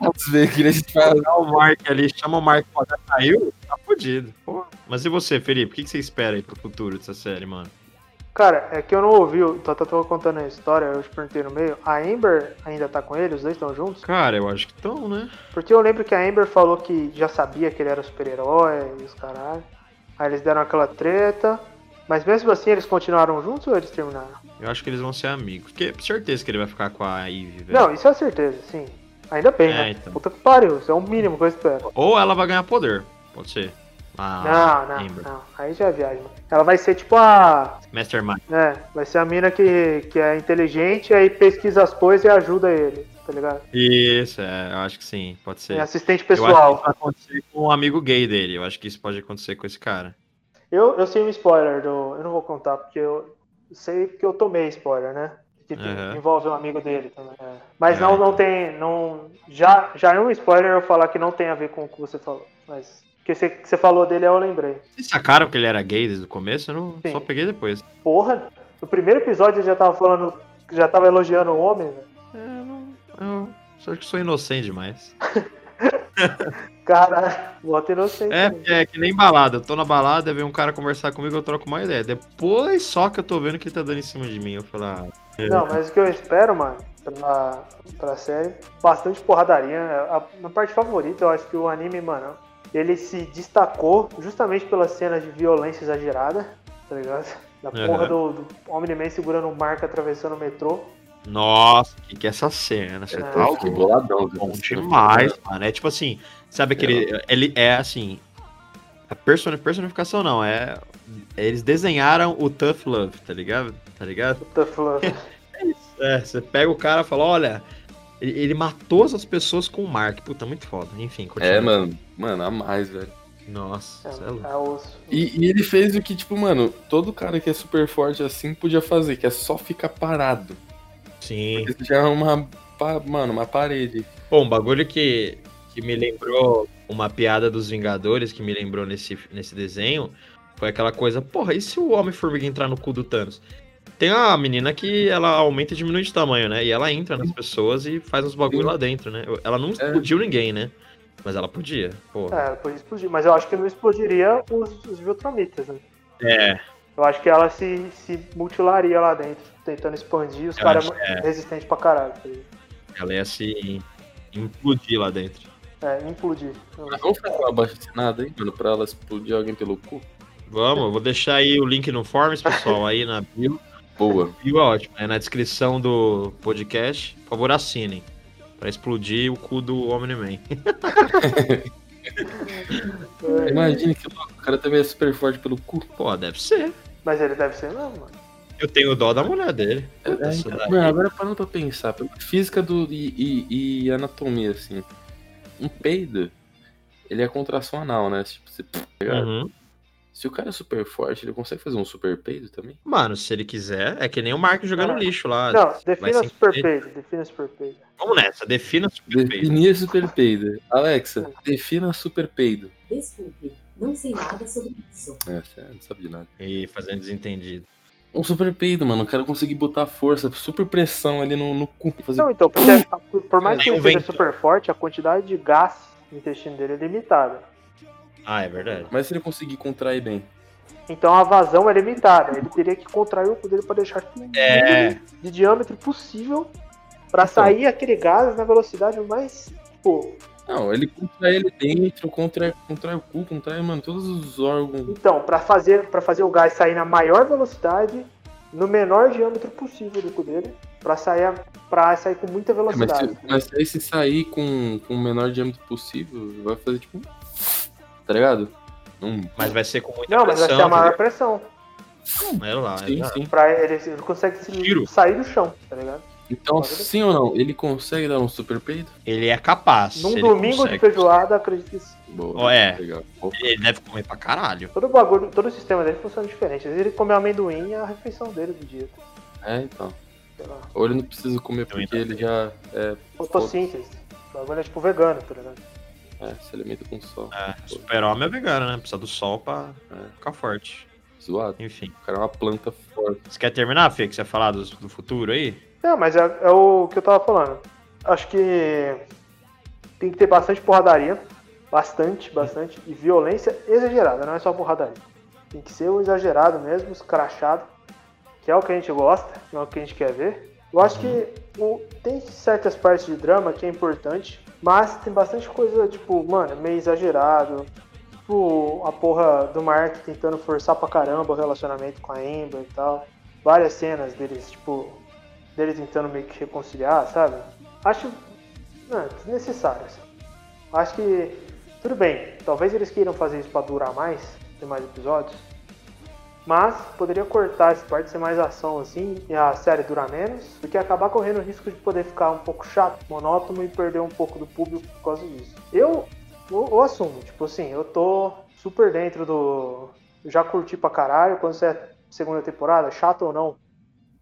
Speaker 2: Vamos ver que a gente (laughs) faz.
Speaker 1: pegar o Mark ali, chama o Mark pra dar caiu, tá fudido. Pô. Mas e você, Felipe? O que que você espera aí pro futuro dessa série, mano?
Speaker 3: Cara, é que eu não ouvi, o Tata tava contando a história, eu te perguntei no meio. A Amber ainda tá com ele? Os dois estão juntos?
Speaker 1: Cara, eu acho que estão, né?
Speaker 3: Porque eu lembro que a Amber falou que já sabia que ele era super-herói e os caralho. Aí eles deram aquela treta. Mas mesmo assim, eles continuaram juntos ou eles terminaram?
Speaker 1: Eu acho que eles vão ser amigos. Porque certeza que ele vai ficar com a Ivy, velho.
Speaker 3: Não, isso é certeza, sim. Ainda bem,
Speaker 1: É,
Speaker 3: né?
Speaker 1: então.
Speaker 3: Puta que pariu, isso é o mínimo que eu espero.
Speaker 1: Ou ela vai ganhar poder. Pode ser. Ah,
Speaker 3: não, não,
Speaker 1: Amber.
Speaker 3: não. Aí já é viagem. Ela vai ser tipo a.
Speaker 1: Mastermind.
Speaker 3: É, vai ser a mina que, que é inteligente, aí pesquisa as coisas e ajuda ele, tá ligado?
Speaker 1: Isso, é, eu acho que sim, pode ser.
Speaker 3: É assistente
Speaker 1: Eu acho que isso
Speaker 3: pessoal.
Speaker 1: vai acontecer com um amigo gay dele. Eu acho que isso pode acontecer com esse cara.
Speaker 3: Eu, eu sei um spoiler do. Eu não vou contar, porque eu sei que eu tomei spoiler, né? Que
Speaker 1: Uhum.
Speaker 3: envolve um amigo dele também. é. Mas
Speaker 1: É.
Speaker 3: não, não tem. Não, já, já é um spoiler eu falar que não tem a ver com o que você falou. Mas. Porque você, que você falou dele, eu lembrei.
Speaker 1: Vocês sacaram que ele era gay desde o começo? Eu não,
Speaker 3: Sim.
Speaker 1: só peguei depois. É,
Speaker 3: Porra! No primeiro episódio eu já tava falando. Já tava elogiando o homem, né? velho.
Speaker 1: É, eu não, eu só acho que sou inocente demais.
Speaker 3: Cara, (laughs) bota inocente.
Speaker 1: É,
Speaker 3: né?
Speaker 1: porque é que nem balada. Eu tô na balada, vem um cara conversar comigo, eu troco uma ideia. Depois só que eu tô vendo que ele tá dando em cima de mim. Eu falo, ah,
Speaker 3: Não, mas o que eu espero, mano, pra, pra série, bastante porradaria. né? A, a minha parte favorita, eu acho que o anime, mano, ele se destacou justamente pelas cenas de violência exagerada, tá ligado? Da
Speaker 1: Aham.
Speaker 3: porra do, do Omni-Man segurando um marca atravessando o metrô.
Speaker 1: nossa, que que é essa cena? Você
Speaker 3: É.
Speaker 1: tá
Speaker 2: Tal, que boladão.
Speaker 1: Bom demais, mano. É tipo assim, sabe aquele. Ele é assim. A personi- personificação não, é. Eles desenharam o Tough Love, tá ligado? Tá ligado?
Speaker 3: Tá falando.
Speaker 1: É, você pega o cara e fala, olha, ele, ele matou essas pessoas com o Mark. Puta, muito foda. Enfim, continua.
Speaker 2: É, mano. Mano, a mais, velho.
Speaker 1: Nossa, (laughs) cê é louco.
Speaker 3: É, é osso.
Speaker 2: E, e ele fez o que, tipo, mano, todo cara que é super forte assim podia fazer, que é só ficar parado.
Speaker 1: Sim.
Speaker 2: Porque já é uma. pa- Mano, uma parede.
Speaker 1: Bom, um bagulho que, que me lembrou uma piada dos Vingadores, que me lembrou nesse, nesse desenho, foi aquela coisa, porra, e se o Homem-Formiga entrar no cu do Thanos? Tem a menina que ela aumenta e diminui de tamanho, né? E ela entra nas pessoas e faz uns bagulho lá dentro, né? Ela não explodiu ninguém, né? Mas ela podia, porra.
Speaker 3: É, podia explodir. Mas eu acho que não explodiria os, os Viltromitas, né?
Speaker 1: É,
Speaker 3: Eu acho que ela se, se mutilaria lá dentro, tentando expandir e os
Speaker 1: Eu
Speaker 3: caras
Speaker 1: acho que é.
Speaker 3: resistentes pra caralho. tá ligado?
Speaker 1: ela ia se implodir lá dentro.
Speaker 3: É, implodir. Eu-
Speaker 2: Mas vamos fazer uma baixa assinada, hein, mano, pra ela explodir alguém pelo cu?
Speaker 1: Vamos, eu vou deixar aí o link no Forms, pessoal, aí na bio.
Speaker 2: Boa.
Speaker 1: Viu? É ótimo. É na descrição do podcast. Por favor, assinem. Pra explodir o cu do Omni-Man.
Speaker 3: eu-
Speaker 2: Imagina que louco, o cara também é super forte pelo cu.
Speaker 1: Pô, deve ser.
Speaker 3: Mas ele deve ser mesmo, mano.
Speaker 1: Eu tenho dó da mulher dele.
Speaker 2: É,
Speaker 1: Puta, isso
Speaker 2: então,
Speaker 1: daí.
Speaker 2: mano, agora parando pra pensar, pela física do, e, e- e anatomia, assim. Um peido, ele é contração anal, né? Tipo, você,
Speaker 1: Uhum.
Speaker 2: Se o cara é super forte, ele consegue fazer um super peido também?
Speaker 1: Mano, se ele quiser, é que nem o Mark jogando
Speaker 3: Não.
Speaker 1: lixo lá.
Speaker 3: Não, defina
Speaker 1: se
Speaker 3: super
Speaker 1: fuder.
Speaker 3: peido, defina super peido.
Speaker 1: Vamos nessa, defina super peito.
Speaker 2: Definir super peido. Alexa, defina super peido.
Speaker 5: Desculpe, não sei nada sobre isso.
Speaker 2: É, você não sabe de nada.
Speaker 1: E fazendo desentendido.
Speaker 2: Um super peido, mano. O cara conseguir botar força, super pressão ali no, no cu. Fazer...
Speaker 3: Não, então, porque a- por- por mais que
Speaker 1: Nenhum
Speaker 3: ele seja
Speaker 1: vento.
Speaker 3: super forte, a quantidade de gás no intestino dele é limitada.
Speaker 1: Ah, é verdade.
Speaker 2: Mas se ele conseguir contrair bem.
Speaker 3: Então a vazão é limitada. Ele teria que contrair o cu dele para deixar tudo
Speaker 1: É.
Speaker 3: de diâmetro possível para
Speaker 2: Então.
Speaker 3: sair aquele gás na velocidade mais. tipo, Pô,
Speaker 2: Não, ele contrai ele dentro, contrai, contrai o cu, contrai, mano, todos os órgãos.
Speaker 3: então, para fazer, pra fazer o gás sair na maior velocidade, no menor diâmetro possível do cu dele, para sair, pra sair com muita
Speaker 2: É, mas,
Speaker 3: velocidade.
Speaker 2: se, mas se aí se sair com, com o menor diâmetro possível, vai fazer tipo. um Tá ligado? Um.
Speaker 1: Mas vai ser com muita
Speaker 3: Não, mas vai
Speaker 1: pressão.
Speaker 3: ser a
Speaker 2: né?
Speaker 3: maior pressão.
Speaker 1: É lá, é
Speaker 2: Sim,
Speaker 1: lá.
Speaker 2: sim.
Speaker 3: Pra ele, ele consegue se-
Speaker 1: Tiro.
Speaker 3: sair do chão, tá ligado?
Speaker 2: Então, sim ou não? Ele consegue dar um super peito?
Speaker 1: Ele é capaz.
Speaker 3: Num
Speaker 1: ele
Speaker 3: domingo
Speaker 1: consegue.
Speaker 3: de feijoada, acredito que sim.
Speaker 2: Boa. tá
Speaker 1: Ó, é.
Speaker 2: Legal.
Speaker 1: Ele deve comer pra caralho.
Speaker 3: todo o bagulho, todo o sistema dele funciona diferente. Às vezes ele come amendoim e é a refeição dele do dia.
Speaker 2: É, então.
Speaker 3: Sei lá.
Speaker 2: Ou ele não precisa comer porque ele já é,
Speaker 3: Fotossíntese. O bagulho é tipo vegano, tá ligado?
Speaker 2: é, se alimenta com sol.
Speaker 1: É, super-homem é vegano, né? Precisa do sol pra é, ficar forte.
Speaker 2: Zoado.
Speaker 1: Enfim.
Speaker 2: O cara é uma planta forte.
Speaker 1: Você quer terminar, Fê, que você ia falar do, do futuro aí?
Speaker 3: Não, mas é, é o que eu tava falando. Acho que tem que ter bastante porradaria. Bastante, bastante. E violência exagerada, não é só porradaria. Tem que ser o exagerado mesmo, escrachado. Que é o que a gente gosta, não é o que a gente quer ver. Eu acho que o- tem certas partes de drama que é importante, mas tem bastante coisa, tipo, mano, meio exagerado. Tipo, a porra do Mark tentando forçar pra caramba o relacionamento com a Amber e tal. Várias cenas deles, tipo, dele tentando meio que reconciliar, sabe? Acho não, desnecessário. assim. Acho que tudo bem. Talvez eles queiram fazer isso pra durar mais, ter mais episódios. Mas poderia cortar essa parte, ser mais ação assim, e a série durar menos, do que acabar correndo o risco de poder ficar um pouco chato, monótono e perder um pouco do público por causa disso. Eu, eu, eu assumo, tipo assim, eu tô super dentro do. eu já curti pra caralho, quando você é segunda temporada, chato ou não,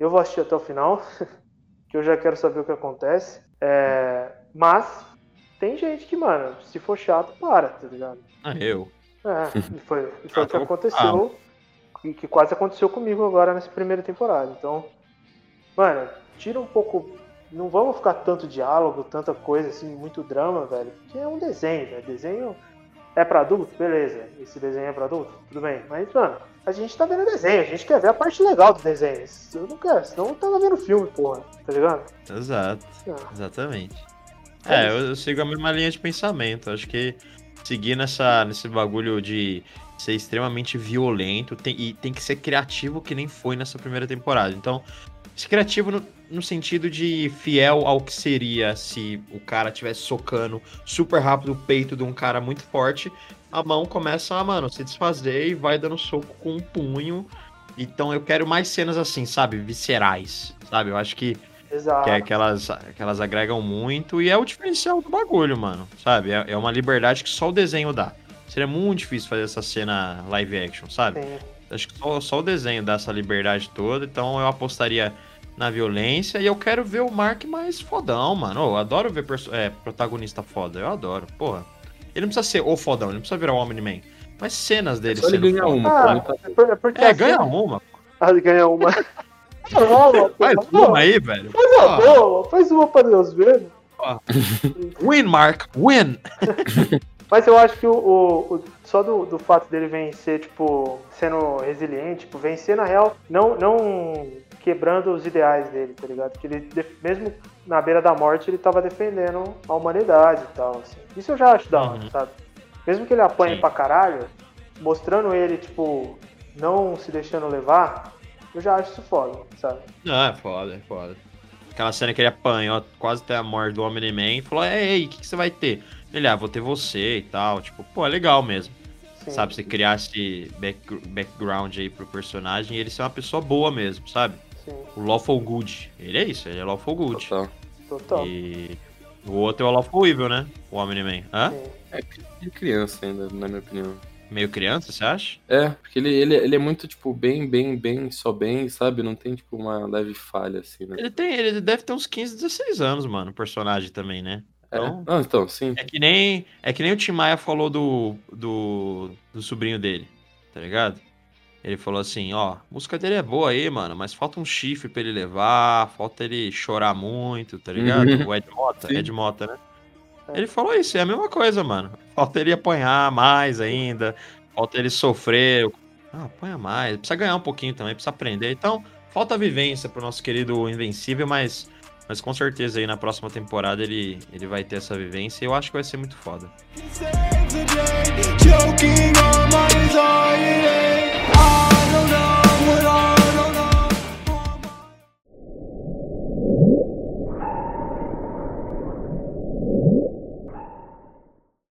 Speaker 3: eu vou assistir até o final, (laughs) que eu já quero saber o que acontece. É, mas tem gente que, mano, se for chato, para, tá ligado?
Speaker 1: Ah, eu. (laughs)
Speaker 3: É, e foi, e foi
Speaker 1: Ah,
Speaker 3: o que
Speaker 1: então,
Speaker 3: aconteceu, e que quase aconteceu comigo agora nessa primeira temporada. Então, mano, tira um pouco. Não vamos ficar tanto diálogo, tanta coisa assim, muito drama, velho. Porque é um desenho, velho. Desenho é pra adulto, beleza. Esse desenho é pra adulto, tudo bem. Mas, mano, a gente tá vendo desenho, a gente quer ver a parte legal do desenho. Eu não quero, senão eu tava vendo filme, porra, tá ligado?
Speaker 1: Exato,
Speaker 3: Ah,
Speaker 1: exatamente.
Speaker 3: É
Speaker 1: É, eu, eu sigo a mesma linha de pensamento. Acho que seguir nessa, nesse bagulho de ser extremamente violento tem- e tem que ser criativo que nem foi nessa primeira temporada. Então, ser criativo no, no sentido de fiel ao que seria se o cara tivesse socando super rápido o peito de um cara muito forte, a mão começa a, mano, se desfazer e vai dando soco com o punho. Então eu quero mais cenas assim, sabe? Viscerais, sabe? Eu acho que
Speaker 3: exato.
Speaker 1: que, é, que, elas, que elas agregam muito e é o diferencial do bagulho, mano. Sabe? É, é uma liberdade que só o desenho dá. Seria muito difícil fazer essa cena live action, sabe?
Speaker 3: Sim.
Speaker 1: Acho que só, só o desenho dá essa liberdade toda, então eu apostaria na violência e eu quero ver o Mark mais fodão, mano. Eu adoro ver perso- é, protagonista foda, eu adoro, porra. Ele não precisa ser o fodão, ele não precisa virar o Omni-Man. Mas cenas dele
Speaker 2: É Só ele
Speaker 1: sendo um
Speaker 2: ganhar
Speaker 1: foda.
Speaker 2: uma. pô,
Speaker 3: Ah,
Speaker 2: ele tá-
Speaker 3: é por- é porque
Speaker 1: É,
Speaker 3: assim-
Speaker 1: ganha uma.
Speaker 3: (laughs) Ah, ele
Speaker 1: (laughs)
Speaker 3: ganha uma. Rola, pô.
Speaker 1: Faz uma aí, velho. Ah,
Speaker 3: Faz é uma
Speaker 1: Porra.
Speaker 3: boa, faz uma pra Deus ver.
Speaker 1: Win, Mark, win!
Speaker 3: Mas eu acho que o, o- o- só do, do fato dele vencer, tipo, sendo resiliente, tipo, vencer na real, não, não quebrando os ideais dele, tá ligado? Porque ele, def- mesmo na beira da morte, ele tava defendendo a humanidade e tal, assim. Isso eu já acho da hora,
Speaker 1: Uhum.
Speaker 3: sabe? Mesmo que ele apanhe
Speaker 1: Sim.
Speaker 3: pra caralho, mostrando ele, tipo, não se deixando levar, eu já acho isso foda, sabe?
Speaker 1: Não, é foda, é foda. Aquela cena que ele apanhou quase até a morte do Homem-Man e falou: Ei, o que, que você vai ter? Ele, ah, vou ter você e tal. Tipo, pô, é legal mesmo.
Speaker 3: Sim.
Speaker 1: Sabe, você criar esse back- background aí pro personagem e ele ser uma pessoa boa mesmo, sabe?
Speaker 3: Sim,
Speaker 1: O Lawful Good. Ele é isso, ele é Lawful Good.
Speaker 2: Total.
Speaker 3: total.
Speaker 1: E o outro é o Lawful Evil, né? O Homem-Man. Hã?
Speaker 3: Sim.
Speaker 2: É cri- criança ainda, na minha opinião.
Speaker 1: Meio criança, você acha?
Speaker 2: É, porque ele, ele, ele é muito, tipo, bem, bem, bem, só bem, sabe? Não tem, tipo, uma leve falha, assim, né?
Speaker 1: Ele tem, ele deve ter uns 15, 16 anos, mano, o personagem também, né?
Speaker 2: É.
Speaker 1: Então,
Speaker 2: Não, então, sim.
Speaker 1: é que nem, é que nem o Tim Maia falou do, do, do sobrinho dele, tá ligado? Ele falou assim, ó, a música dele é boa aí, mano, mas falta um chifre pra ele levar, falta ele chorar muito, tá ligado?
Speaker 2: Uhum.
Speaker 1: O Ed Mota,
Speaker 2: Sim.
Speaker 1: Ed Mota, né?
Speaker 3: É.
Speaker 1: Ele falou isso, é a mesma coisa, mano. Falta ele apanhar mais ainda, falta ele sofrer. Ah, apanha mais, precisa ganhar um pouquinho também, precisa aprender. Então, falta vivência pro nosso querido Invencível, mas, mas com certeza aí na próxima temporada ele, ele vai ter essa vivência e eu acho que vai ser muito foda.
Speaker 4: Say